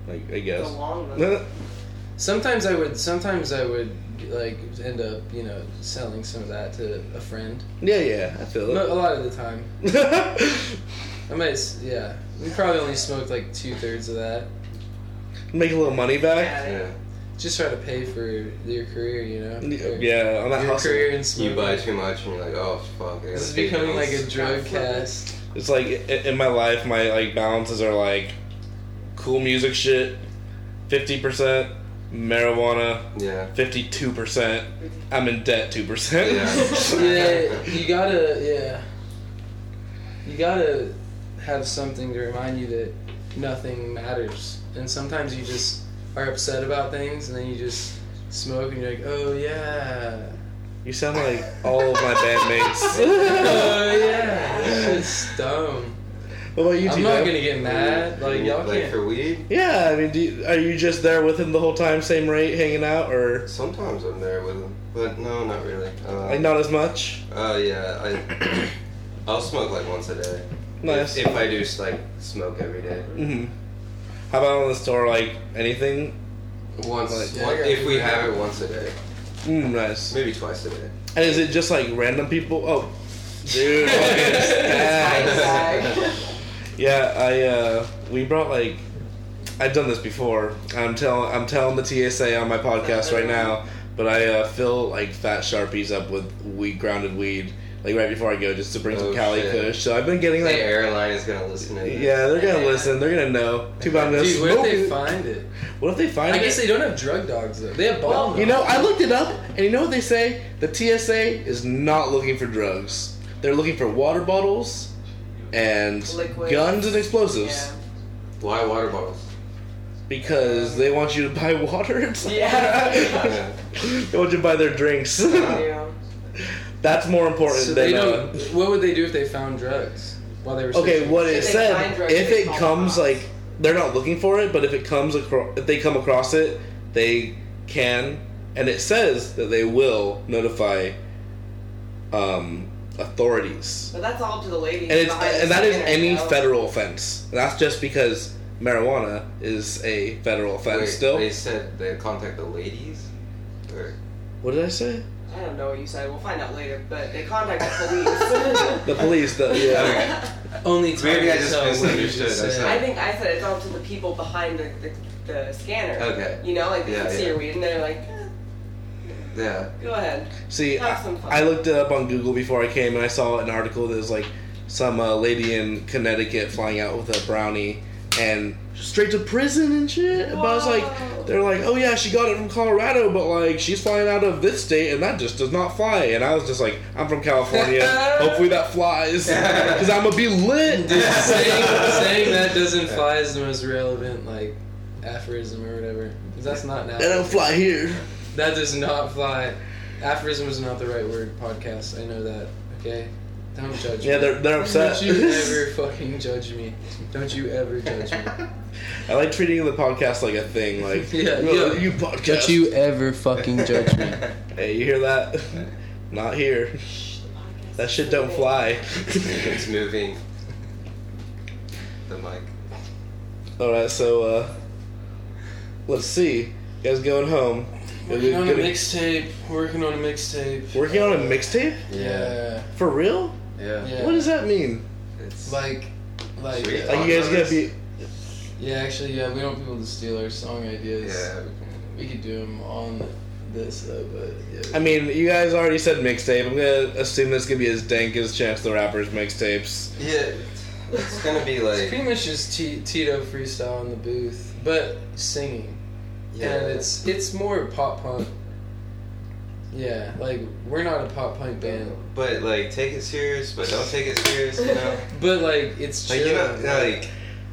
I, I guess.
a Uh, long one.
No,
Sometimes I would sometimes I would like end up, you know, selling some of that to a friend.
*laughs* Yeah, yeah, I feel *laughs*
No, a
it.
lot of the time. I might s- yeah. We probably only smoked like two thirds of that.
Make a little money back.
Yeah.
Just try to pay for your career, you know. Your-
Yeah, on that
Your
hustle.
career in
You
smoking.
buy too much and you're like, oh fuck. I gotta
This is
pay
becoming like
bills.
a drug cast.
It's like i- in my life, my like balances are like cool music shit, fifty percent, marijuana,
*laughs*
Yeah.
fifty two percent. I'm in debt two percent.
Yeah.
yeah, you gotta, yeah. You gotta have something to remind you that nothing matters. And sometimes you just are upset about things and then you just smoke and you're like, oh
*laughs*
yeah.
*laughs* you sound like all of my bandmates.
*laughs* Oh yeah. It's dumb.
what about you?
I'm
Tito?
not gonna get
*laughs*
mad. Like, y'all
like
can't.
for weed.
Yeah, I mean, do you, are you just there with him the whole time, same rate, hanging out, or
Sometimes I'm there with them, but no, not really. Uh,
like not as much?
Uh, yeah, I, *coughs* I'll smoke like once a day.
Nice.
If, if I do like smoke every day,
hmm How about on the store, like anything?
once,
Like,
yeah,
one-
I got
if we
you.
have it once a day,
Mm, nice.
maybe twice a day.
And is it just like random people? Oh, dude, *laughs*
*laughs*
fucking stacked.
*laughs*
Yeah, I uh, we brought like I've done this before. I'm telling I'm telling the TSA on my podcast right now, but I uh, fill like fat sharpies up with weed grounded weed like right before I go just to bring some
Oh,
Cali
shit.
Kush. So I've been getting
The
like
airline is gonna listen to this.
yeah, they're gonna listen. They're gonna know. Too bad I'm gonna
Dude, where
smoke
did they
it.
find it?
What if they find
I guess
it?
they don't have drug dogs though. They have ball dogs.
You know, I looked it up, and you know what they say? The TSA is not looking for drugs. They're looking for water bottles and
Liquids.
guns and explosives.
Why water bottles? *laughs*
Because they want you to buy *laughs* water. It's like-
Yeah.
Yeah.
*laughs* they want you to buy their drinks.
yeah.
That's more important
So
than.
they
uh,
don't. What would they do if they found drugs while they were?
okay,
searching?
what it
If they find
said,
drugs,
if
they
it
call
comes
the cops.
like they're not looking for it, but if it comes across, if they come across it, they can, and it says that they will notify um, authorities.
But that's all to the ladies.
And it's
behind the
and that is
scenes,
any
you know?
federal offense. That's just because marijuana is a federal offense.
Wait,
still,
They said they contact the ladies. Or,
what did I say?
I don't know what you said. We'll find out later. But they contact the
*laughs*
police.
The police. The yeah.
Only time
Maybe I
will
just
tell what you
misunderstood.
just
I
said.
I think I said it's all to the people behind the, the, the scanner.
Okay.
You know, like they
Yeah,
can see
yeah.
your weed and they're like, eh,
yeah.
go ahead.
See,
Have
I,
some fun.
I looked it up on Google before I came, and I saw an article that was like some uh, lady in Connecticut flying out with a brownie and straight to prison and shit. But I was
Whoa.
like, they're like, oh yeah, she got it from Colorado, but like she's flying out of this state, and that just does not fly. And I was just like, I'm from California. Hopefully that flies, because I'm gonna be
*laughs*
lit.
Dude, saying, saying that doesn't fly is the most relevant like aphorism or whatever. 'Cause That's not an
I don't
aphorism.
fly here.
That does not fly. Aphorism is not the right word. Podcast. I know that. Okay. Don't judge.
Yeah,
me.
they're they're upset.
*laughs*
*laughs*
Don't you ever fucking judge me. Don't you ever judge me.
I like treating the podcast like a thing. Like,
Yeah,
"Oh,
yeah.
you podcast.
Don't you ever fucking judge me.
Hey, you hear that? Not here. That shit don't fly.
*laughs*
*laughs*
it's moving. The mic.
All right, so uh, let's see. You guys going home?
Working on a mixtape. Working on a mixtape.
Working on a mixtape
Yeah.
for real?
Yeah.
Yeah.
What does that mean?
It's
Like, like.
Sweet.
uh,
Like you guys gonna be?
yeah, actually, yeah. We don't want people to steal our song ideas.
yeah.
We could do them on this though, but yeah.
I mean, you guys already said mixtape. I'm gonna assume that's gonna be as dank as Chance the Rapper's mixtapes.
Yeah. It's gonna be like.
it's pretty much just T- Tito freestyle in the booth, but singing.
yeah.
And it's it's more pop punk. Yeah, like we're not a pop punk band,
But like, take it serious, but don't take it serious,
*laughs*
you know.
but like it's chill.
Like you know, like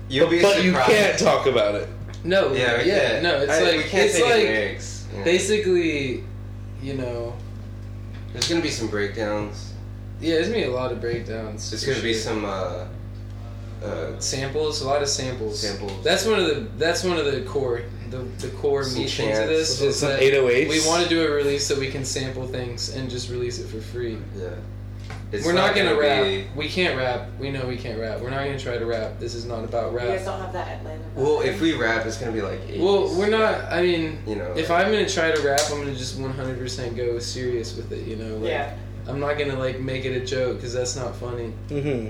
you'll be
But
surprised.
you can't talk about it.
no,
Yeah,
yeah,
we can't.
no, it's
I- we
like
can't
it's
take
like
lyrics. Yeah.
basically, you know,
There's gonna be some breakdowns.
yeah. There's gonna be a lot of breakdowns.
There's
for
gonna be
sure.
some uh, uh,
samples, a lot of samples.
Samples.
That's one of the that's one of the core the, the core
Some
meat things of
chants.
this
Some- oh
some
is that
808s.
we want to do a release that we can sample things and just release it for free.
yeah. It's
We're not, gonna, rap.
be-
We can't rap. We know we can't rap. We're not gonna try to rap. This is not about
You guys
rap.
don't have that Atlanta.
Well, if we rap, it's gonna be like 80s.
Well, we're not. I mean,
You know,
if
like-
I'm gonna try to rap, I'm gonna just 100% go serious with it. You know, like,
Yeah.
I'm not gonna like make it a joke because that's not funny.
Mm-hmm.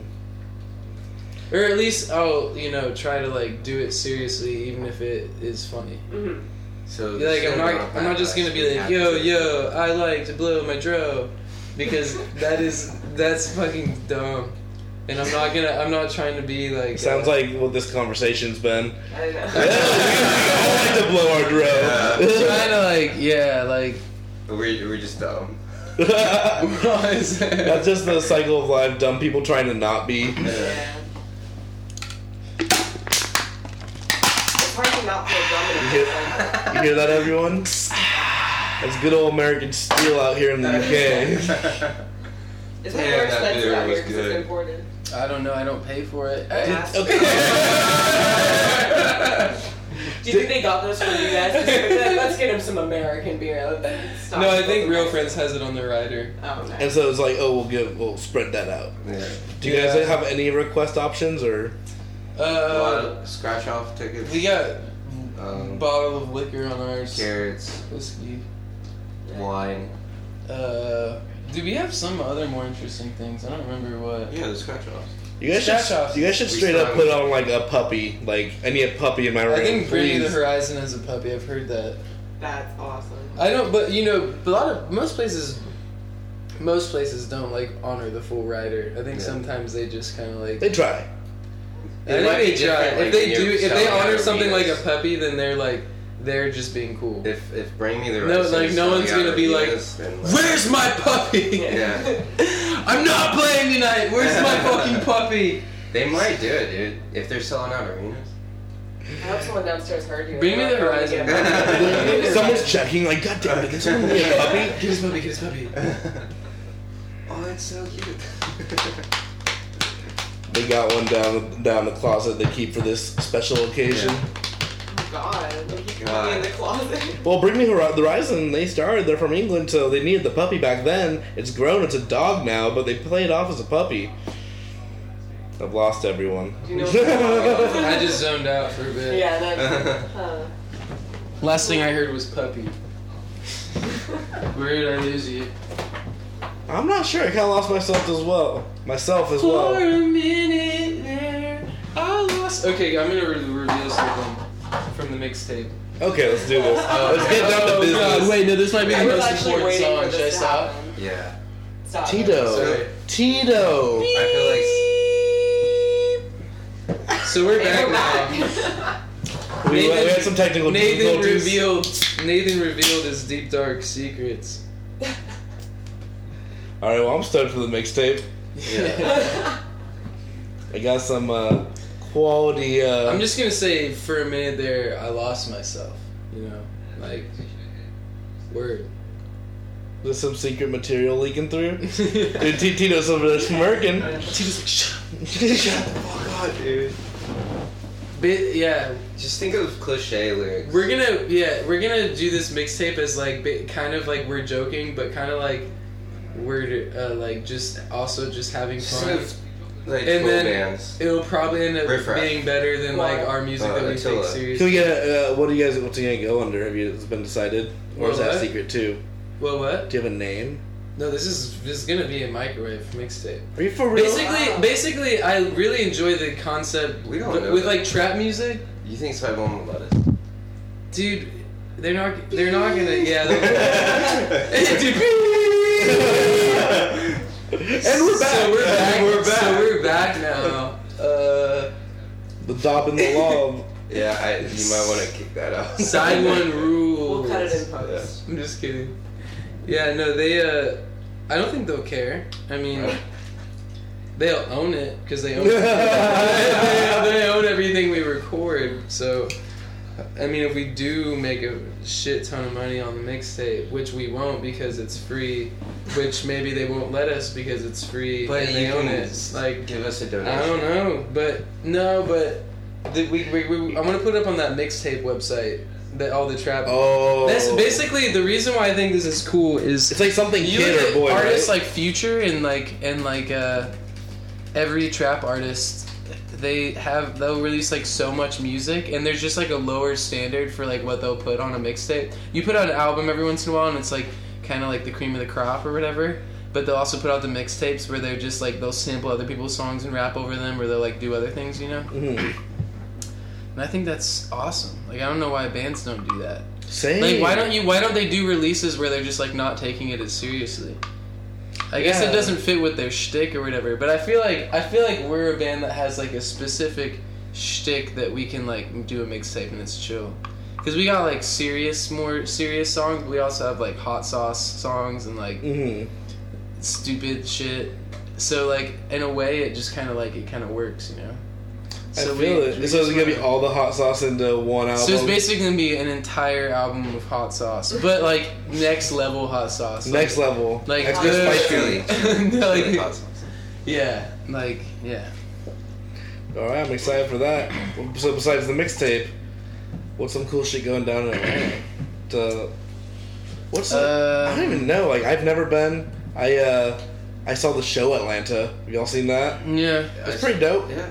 Or at least I'll you know try to like do it seriously, even if it is funny.
Mm-hmm.
So
Be like
so
I'm
not
not, I'm not just
bad,
gonna be like,
have
yo,
to-
yo, I like to blow my dro, because that is that's fucking dumb, and I'm not gonna, I'm not trying to be like.
Sounds
uh,
like what this conversation's
*laughs*
been. *laughs*
*laughs*
I don't know.
Yeah, we all like to blow our
trying
dro.
to like, yeah, like.
We're, we're
*laughs*
just dumb.
*laughs* That's just the cycle of life. Dumb people trying to not be.
Yeah. It's hard to not feel dumb in a
You
place like that.
You hear that, everyone? That's good old American steel out here in the UK.
It's more
Yeah, that
expensive
beer
out
was
here because
good.
it's imported.
I don't know. I don't pay for it.
Do you think they got those from you guys? Let's get him some American beer.
no, I think Real Friends has it on the rider.
Oh,
And so it's like, oh, we'll give, we'll spread that out.
*laughs* Yeah.
Do you
Yeah.
guys have any request options or?
A lot
Uh,
of scratch off tickets.
we got a
um,
bottle of liquor on ours.
carrots,
Whiskey.
wine.
Uh, do we have some other more interesting things? I don't remember what.
Yeah, the scratch offs.
You guys
Scratch
should.
off.
You guys should
We
straight up
sign.
put on like a puppy. Like I need a puppy in my room.
I think Bring Me the
please.
Horizon has a puppy. I've heard that.
That's awesome.
I don't, but you know, a lot of most places, most places don't like honor the full rider. I think
Yeah.
sometimes they just kind of like.
They
*laughs*
try.
I
It
think
might be
they try.
different,
if
like,
they
when
do,
you're
if they
selling
honor
other
something like a
beers.
puppy, then they're like, they're just being cool.
If if bring me the
No,
Horizon
like,
is
no one's
selling
gonna
out
be like,
arenas, then, like,
Where's my puppy?
Yeah,
*laughs* I'm not playing tonight. Where's
*laughs*
my fucking puppy?
they might do it, dude. If they're selling out arenas.
*laughs* I hope someone downstairs heard you.
Bring me the horizon. *laughs*
Someone's checking. Like God damn it, can someone give me a
*laughs*
puppy?
Get his puppy. Get his puppy. *laughs*
oh, it's so cute.
They got one down down the closet they keep for this special occasion.
Yeah.
Oh, God. Like, you got me
God.
in the
*laughs*
closet.
Well, Bring Me Hori- the Horizon. They started. They're from England, so they needed the puppy back then. It's grown. It's a dog now, but they play it off as a puppy. I've lost everyone.
Do you know what
I just zoned out for a bit.
Yeah,
*laughs*
that's. Huh.
Last thing I heard was puppy. Where did I lose you?
*laughs* I'm not sure. I kind of lost myself as well. Myself as
For
well.
a minute there, I lost. Okay, I'm gonna re- reveal something from the mixtape.
Okay, let's do this. Let's get down to
Oh, God,
business.
wait, no, this might be
I
the
was
most
actually
important
waiting
song.
for
Should I
this to
stop?
happen.
yeah,
Stop.
Tito.
Sorry.
Tito.
I feel like
So we're
Hey,
back
we're
now. *laughs*
back. *laughs*
We, we
Nathan-
had some technical
Nathan
difficulties.
revealed. Nathan revealed his deep dark secrets.
All right, well, I'm stoked for the mixtape. I got some uh, quality. Uh,
I'm just gonna say, for a minute there, I lost myself. You know, like word.
there's some secret material leaking through. *laughs*
Dude,
Dude, T- Tito's over there smirking.
Tito's like, shut up.
oh god, dude.
*laughs* Bit, yeah,
Just think of cliche lyrics.
we're gonna yeah we're gonna do this mixtape as like bi- kind of like we're joking, but kind of like we're uh, like just also just having
Just
fun.
think of like
And
full
then-
bands.
It'll probably end up
Riff Raff.
being better than like our music
Uh,
that we
Attila.
take seriously.
Can we get a, uh, what do you guys what's it gonna go under? Have you it's been decided, or is that
What?
secret too?
well, what?
Do you have a name?
No, this is this is gonna be a microwave mixtape.
Are you for real?
*laughs* Basically, basically, I really enjoy the concept
We don't
with,
know
with
that.
like trap music,
You think Cyborg will let
*laughs* dude. They're not. They're not gonna. Yeah.
*laughs*
they're- *laughs*
and we're back.
So we're back.
We're back.
So we're back now. Uh,
The dop and the love.
Yeah, I, you might want to kick that out.
*laughs* side one
We'll
rules.
cut it in post.
I'm just kidding. Yeah, no, they. Uh, I don't think they'll care. I mean, they'll
*laughs*
own *laughs* it because they own. they, they own everything we record. So I mean, if we do make a shit ton of money on the mixtape, which we won't because it's free, which maybe they won't let us because it's free
But
and
you
they own
can
it. Like,
*laughs* give us a donation.
I don't know, but no, but the, we, we, we, I'm gonna put it up on that mixtape website that all the trap.
Oh,
That's basically the reason why I think this is cool is
It's like something
you
kid
look
or
at
boy,
artists
right?
like Future and like and like uh, every trap artist, they have they'll release like so much music, and there's just like a lower standard for like what they'll put on a mixtape. You put out an album every once in a while, and it's like kind of like the cream of the crop or whatever. But they'll also put out the mixtapes where they're just like they'll sample other people's songs and rap over them, or they'll like do other things, you know.
Mm-hmm.
And I think that's awesome. Like I don't know why bands don't do that.
same.
Like why don't you why don't they do releases where they're just like not taking it as seriously? I guess
Yeah.
it doesn't fit with their shtick or whatever, but I feel like I feel like we're a band that has like a specific shtick that we can like do a mixtape and it's chill. Cause we got like serious, more serious songs. But we also have like hot sauce songs and like
Mhm.
Mm-hmm.
stupid shit. So like in a way, it just kind of like it kind of works, you know.
I feel
we-
it.
we
so it's
just
gonna be
wanna-
all the hot sauce into one album.
so it's basically gonna be an entire album of hot sauce, but like next level hot sauce. Like-
next level.
like
next
good-
spice
*laughs*
Chili.
No, like-
Chili hot sauce.
yeah, like yeah.
All right, I'm excited for that. So besides the mixtape, what's some cool shit going down in Atlanta? To, what's the, I don't
Um,
even know. Like I've never been. I uh, I saw the show Atlanta. Have y'all seen that?
Yeah,
I
It's pretty dope.
Yeah.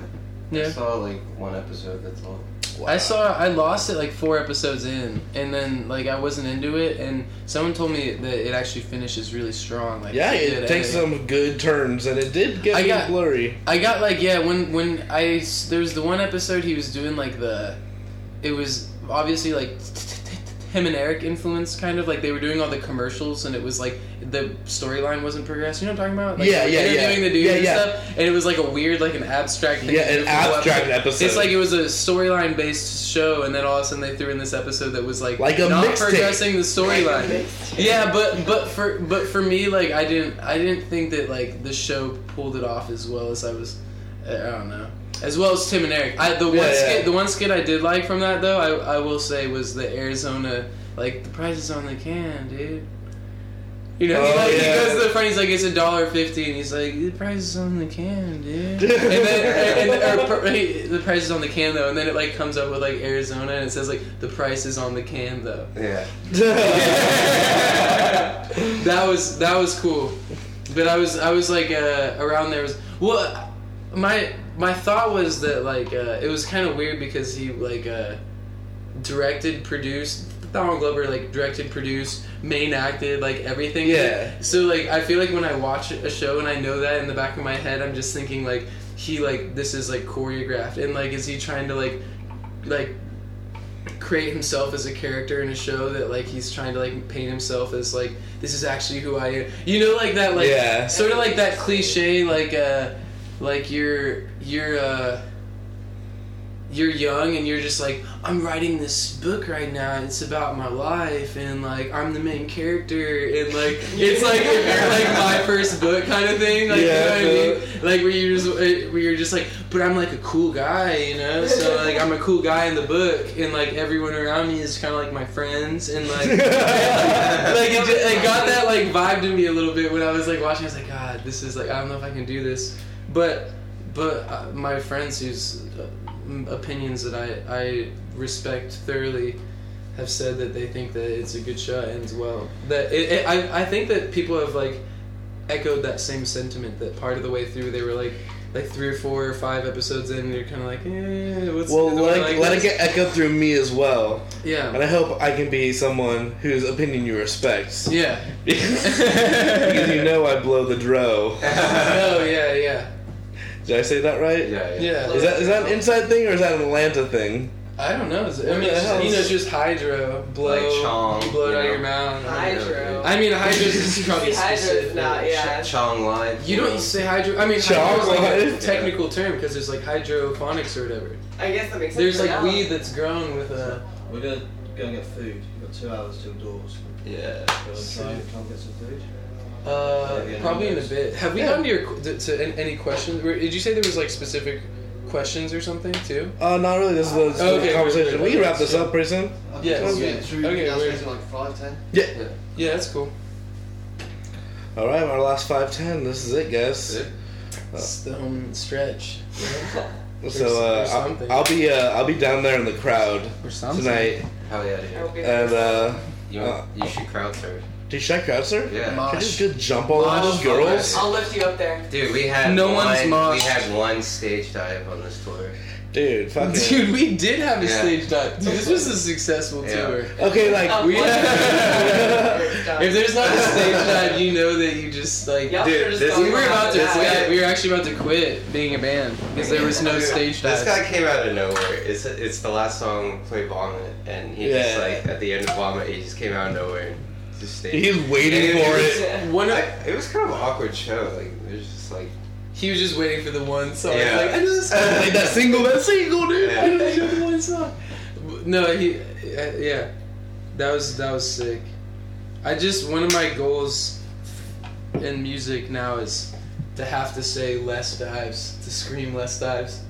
I
yeah.
saw like one episode. That's
*laughs*
all.
I saw I lost it like four episodes in, and then like I wasn't into it, and someone told me that it actually finishes really strong. Like
Yeah,
good
it takes
ending.
some good turns, and it did get
I
me
got- *laughs*
blurry.
I got like yeah when when I s- there's the one episode he was doing like the it was obviously like him and Eric influence kind of like they were doing all the commercials and it was like the storyline wasn't progressed. You know what I'm talking about? Like,
Yeah, yeah, yeah.
Doing the dude
Yeah,
and
yeah.
stuff, and it was like a weird like an abstract. Thing
Yeah,
to
an
do for one
abstract
It's
episode.
like it was a storyline based show, and then all of a sudden they threw in this episode that was like
Like a
not
mixtape.
progressing the storyline. Yeah, but but for but for me, like I didn't I didn't think that like the show pulled it off as well as I was. I don't know. As well as Tim and Eric. I, the one
Yeah, yeah.
skit, the one skit I did like from that though, I, I will say was the Arizona, like the price is on the can, dude. You know, he,
Oh,
like,
yeah.
he goes to the front, he's like, it's a dollar fifty, and he's like, the price is on the can,
*laughs*
dude. and then er, and, and- or, *laughs* pr- he- the price is on the can though, and then it like comes up with like Arizona, and it says like the price is on the can though.
Yeah.
that was that was cool, but I was I was like uh, around there was well, my my thought was that like uh, it was kind of weird because he like uh, directed, produced. Donald Glover like directed, produced, main acted, like everything.
Yeah.
So like I feel like when I watch a show and I know that in the back of my head, I'm just thinking like he like this is like choreographed and like is he trying to like like create himself as a character in a show that like he's trying to like paint himself as like this is actually who I am. You know like that like
Yeah.
sort of like that cliche like uh like you're you're uh you're young and you're just like I'm writing this book right now. and It's about my life and like I'm the main character and like it's like *laughs* like my first book kind of thing. Like
Yeah,
you know what I
uh,
mean? like where you're just uh, where you're just like but i'm like a cool guy you know so like i'm a cool guy in the book and like everyone around me is kind of like my friends and like
*laughs*
like it, just, it got that like vibe to me a little bit when i was like watching i was like god this is like i don't know if i can do this but but uh, my friends whose uh, m- opinions that i i respect thoroughly have said that they think that it's a good shot ends well that it, it, I, I think that people have like echoed that same sentiment that part of the way through they were like like three or four or five episodes in they're kind of like eh,
*laughs*
what's
Well,
do I
let it, let it
this?
get echoed through me as well, and
yeah
*laughs* I hope I can be someone whose opinion you respect.
yeah
*laughs*
*laughs*
because you know I blow the dro.
oh yeah yeah
Did I say that right?
Yeah.
Yeah.
Is that is that an inside thing or is that an Atlanta thing?
I don't know. Is it- I mean,
the
it's-
hell
you know,
is-
it's just hydro blow,
Like Chong,
blow it
you
out of
know.
your mouth.
Hydro.
I mean, hydro is probably
See, hydro's
specific.
not, yeah.
Chong live.
You don't say hydro. I mean,
Chong
hydro is like a
live?
technical term because there's like hydroponics or whatever.
I guess that makes sense.
There's
for
like
now.
weed that's grown with a.
We're gonna go and get food. We've got two hours till doors.
Yeah.
Go inside, come get some food.
Uh, probably in a bit. Have we gone to your to, to an- any questions? Were- Did you say there was like specific questions or something too?
Uh, not really. This is the, this is the
Okay,
conversation.
great, great,
we can wrap
great.
this up pretty soon.
Okay,
Yes.
so
Okay.
should we
Okay,
announce
wait.
things at like five ten?
Yeah.
Yeah, that's cool.
All right, our last five ten. This is it, guys.
That's it.
It's the home stretch.
So
There's-
uh,
there's something.
I'll, I'll be uh, I'll be down there in the crowd
Or something.
tonight,
Hell yeah,
Oh.
dude.
and uh,
You,
Uh,
you should crowd surf.
uh,
dude, should I crowd surf?
Yeah.
Can I
Mosh.
just good jump all over those girls?
I'll lift you up there.
Dude, we had
No
one,
one's
we
moshed.
had one stage dive on this tour.
Dude, fuck it.
Dude, we did have a
Yeah.
stage dive.
*laughs*
Dude, this was a successful
Yeah.
tour.
Okay, like *laughs*
Oh,
We *laughs*
what?
if there's
*laughs*
not a stage dive, you know that you just like.
Y'all
Dude,
should've
this-
just
We were
gone
about to
with that.
quit. We were actually about to quit being a band because there was no stage
This guy
dive.
came out of nowhere. It's it's the last song, play Vomit, and he just
Yeah.
like at the end of Vomit, he just came out of nowhere and just stayed.
he's waiting
Yeah.
for it.
Yeah.
One,
I, it was kind of an awkward show. Like it was just like
he was just waiting for the one song. *laughs*
Yeah.
Like, I know this song.
*laughs*
Like that single, that single, dude.
*laughs* I know
yeah.
the one song. No, he, uh, yeah, that was that was sick. I just one of my goals in music now is to have to say less dives, to scream less *laughs* dives.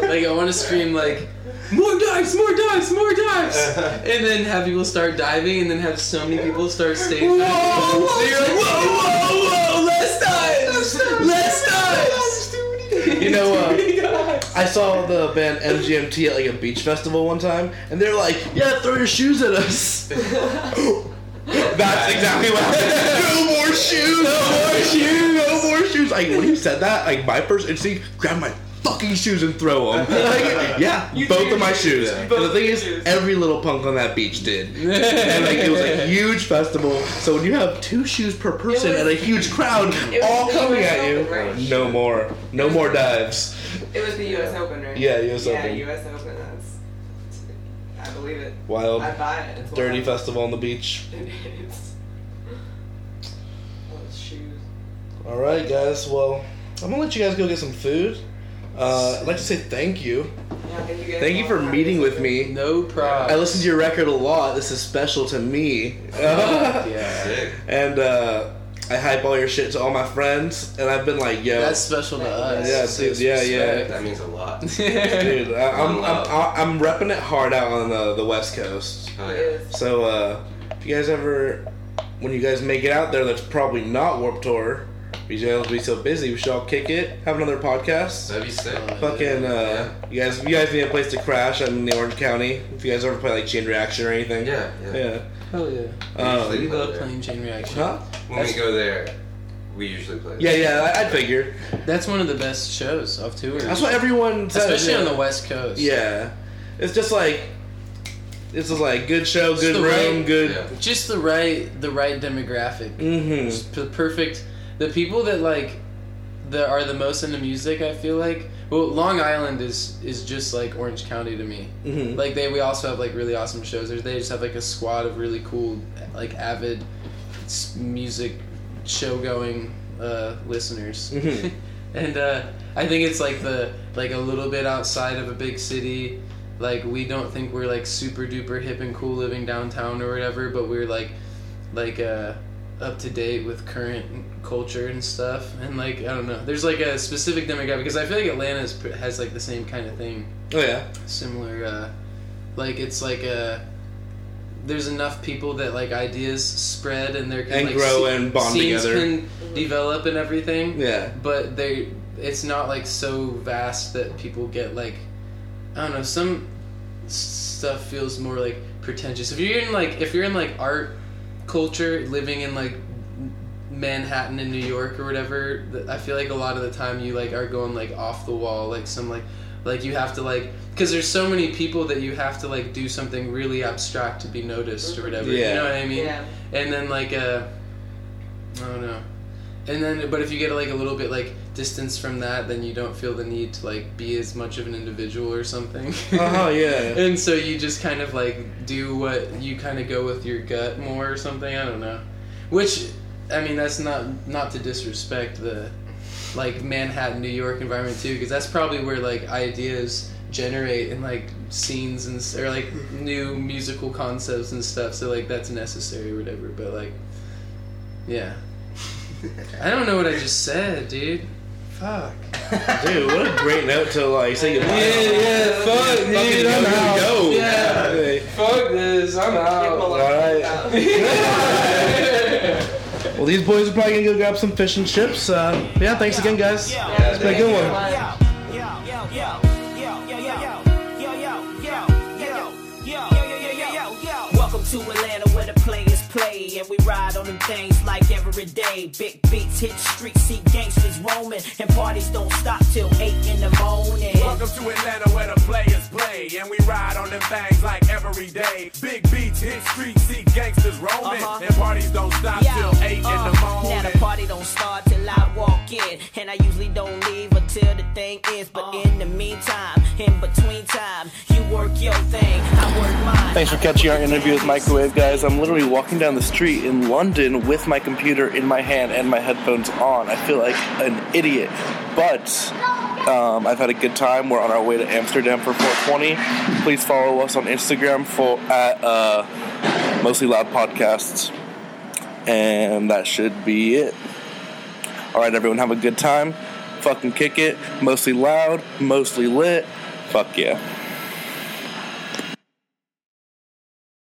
like I want to scream like more dives, more dives, more *laughs* dives, and then have people start diving, and then have so many people start stage diving. Whoa, whoa, whoa, whoa, less dives, less dives.
You know, *laughs* uh,
Too many dives.
I saw the band MGMT at like a beach festival one time, and they're like, "Yeah, throw your shoes at us." That's exactly what happened. *laughs* No more shoes. No more shoes. No more shoes. Like when you said that, like my first instinct, grab my fucking shoes and throw *laughs* them. Like, yeah, both of my shoes. And the thing is, every little punk on that beach *laughs* did. And like it was a huge festival, so when you have two shoes per person
was-
and a huge *laughs* crowd
was
all
the
coming
US
at you,
Open, right?
no more, no more dives.
It was the U.S. Open, right?
Yeah, US Open.
Yeah, U.S. Open. That's. I believe it.
Wild.
I buy it. It's
Dirty
*laughs* wild.
festival on the beach.
It is. Well, it's shoes.
All right, guys. Well, I'm gonna let you guys go get some food. Uh, I'd like to say thank you.
Yeah, thank you guys.
Thank you
all
for meeting with
listening.
me.
No problem.
I listened to your record a lot. This is special to *laughs* me.
Yeah.
sick.
and uh, I hype all your shit to all my friends. And I've been like, yo,
That's special to us.
yeah, dude, yeah, yeah,
That means
*laughs*
a lot.
dude. I, I'm, I'm,
Love.
I'm repping it hard out on the, the West Coast.
Oh
It
yeah.
is.
So uh, if you guys ever, when you guys make it out there, that's probably not Warp Tour. You guys will be so busy. We should all kick it. Have another podcast.
That'd be sick.
*laughs* Fucking, uh, you guys, you guys need a place to crash in the Orange County. If you guys ever play like Chain Reaction or anything.
Yeah, yeah.
Yeah.
Hell yeah.
Um,
Usually
We
play
love
there.
playing Chain Reaction.
huh?
When we go there, we usually play.
Yeah, yeah. I, I figure.
That's one of the best shows of tours.
That's what everyone says.
Especially
yeah.
on the West Coast.
Yeah. It's just like, this is like good show, good
the
room,
right-
good.
Yeah.
Just the right the right demographic.
Mm-hmm.
Just p- perfect the people that like that are the most into music, I feel like. Well, Long Island is is just like Orange County to me.
Mhm.
Like they we also have like really awesome shows. There's- They just have like a squad of really cool like avid s- music show going uh, listeners.
Mhm.
*laughs* and uh, I think it's like the like a little bit outside of a big city. Like we don't think we're like super duper hip and cool living downtown or whatever, but we're like like uh, up to date with current culture and stuff. And like I don't know, there's like a specific demographic because I feel like Atlanta is, pr- has like the same kind of thing
Oh yeah.
similar uh like it's like a there's enough people that like ideas spread and there can
And
like
grow
se-
and bond
scenes
together.
can develop and everything *laughs*
Yeah.
but they it's not like so vast that people get like i don't know some s- stuff feels more like pretentious if you're in like if you're in like art culture living in like Manhattan and New York or whatever, th- I feel like a lot of the time you like are going like off the wall, like some like like you have to like because there's so many people that you have to like do something really abstract to be noticed or whatever.
Yeah.
You know what I mean?
Yeah.
And then like uh, I don't know. And then, but if you get like a little bit like distance from that, then you don't feel the need to like be as much of an individual or something.
Oh yeah.
and so you just kind of like do what you kind of go with your gut more or something i don't know which i mean that's not not to disrespect the like manhattan new york environment too because that's probably where like ideas generate and like scenes and s- or like new musical concepts and stuff so like that's necessary or whatever but like yeah i don't know what i just said dude Fuck.
Dude, what a great note to like say goodbye. on.
fuck,
Fucking go, dude, go. Hey.
Fuck this, I'm out.
Oh,
All right. well, these boys are probably gonna go grab some fish and chips. Uh, yeah, thanks again, guys.
Yeah,
It's been a good one.
Welcome to Atlanta where the players play and we ride on them things like every day. Big beats hit streets, see gangsters roaming, and parties don't stop till eight in the morning.
Welcome to Atlanta where the players play and we ride on them things like every day. Big beats hit streets, see gangsters roaming
Uh-huh.
and parties don't stop
Yeah,
till eight
uh,
in the
Now
morning.
the party don't start till I walk in, and I usually don't leave until the thing is.
Uh.
But in the meantime, in between time, you work your thing, I work mine.
Thanks for catching our interview with Microwave, guys. I'm literally walking down the street in London with my computer in my hand and my headphones on. I feel like an idiot, but um, I've had a good time. We're on our way to Amsterdam for 420. Please follow us on Instagram for at uh, Mostly Loud Podcasts, and that should be it. All right, everyone, have a good time. Fucking kick it. Mostly loud, mostly lit. Fuck yeah.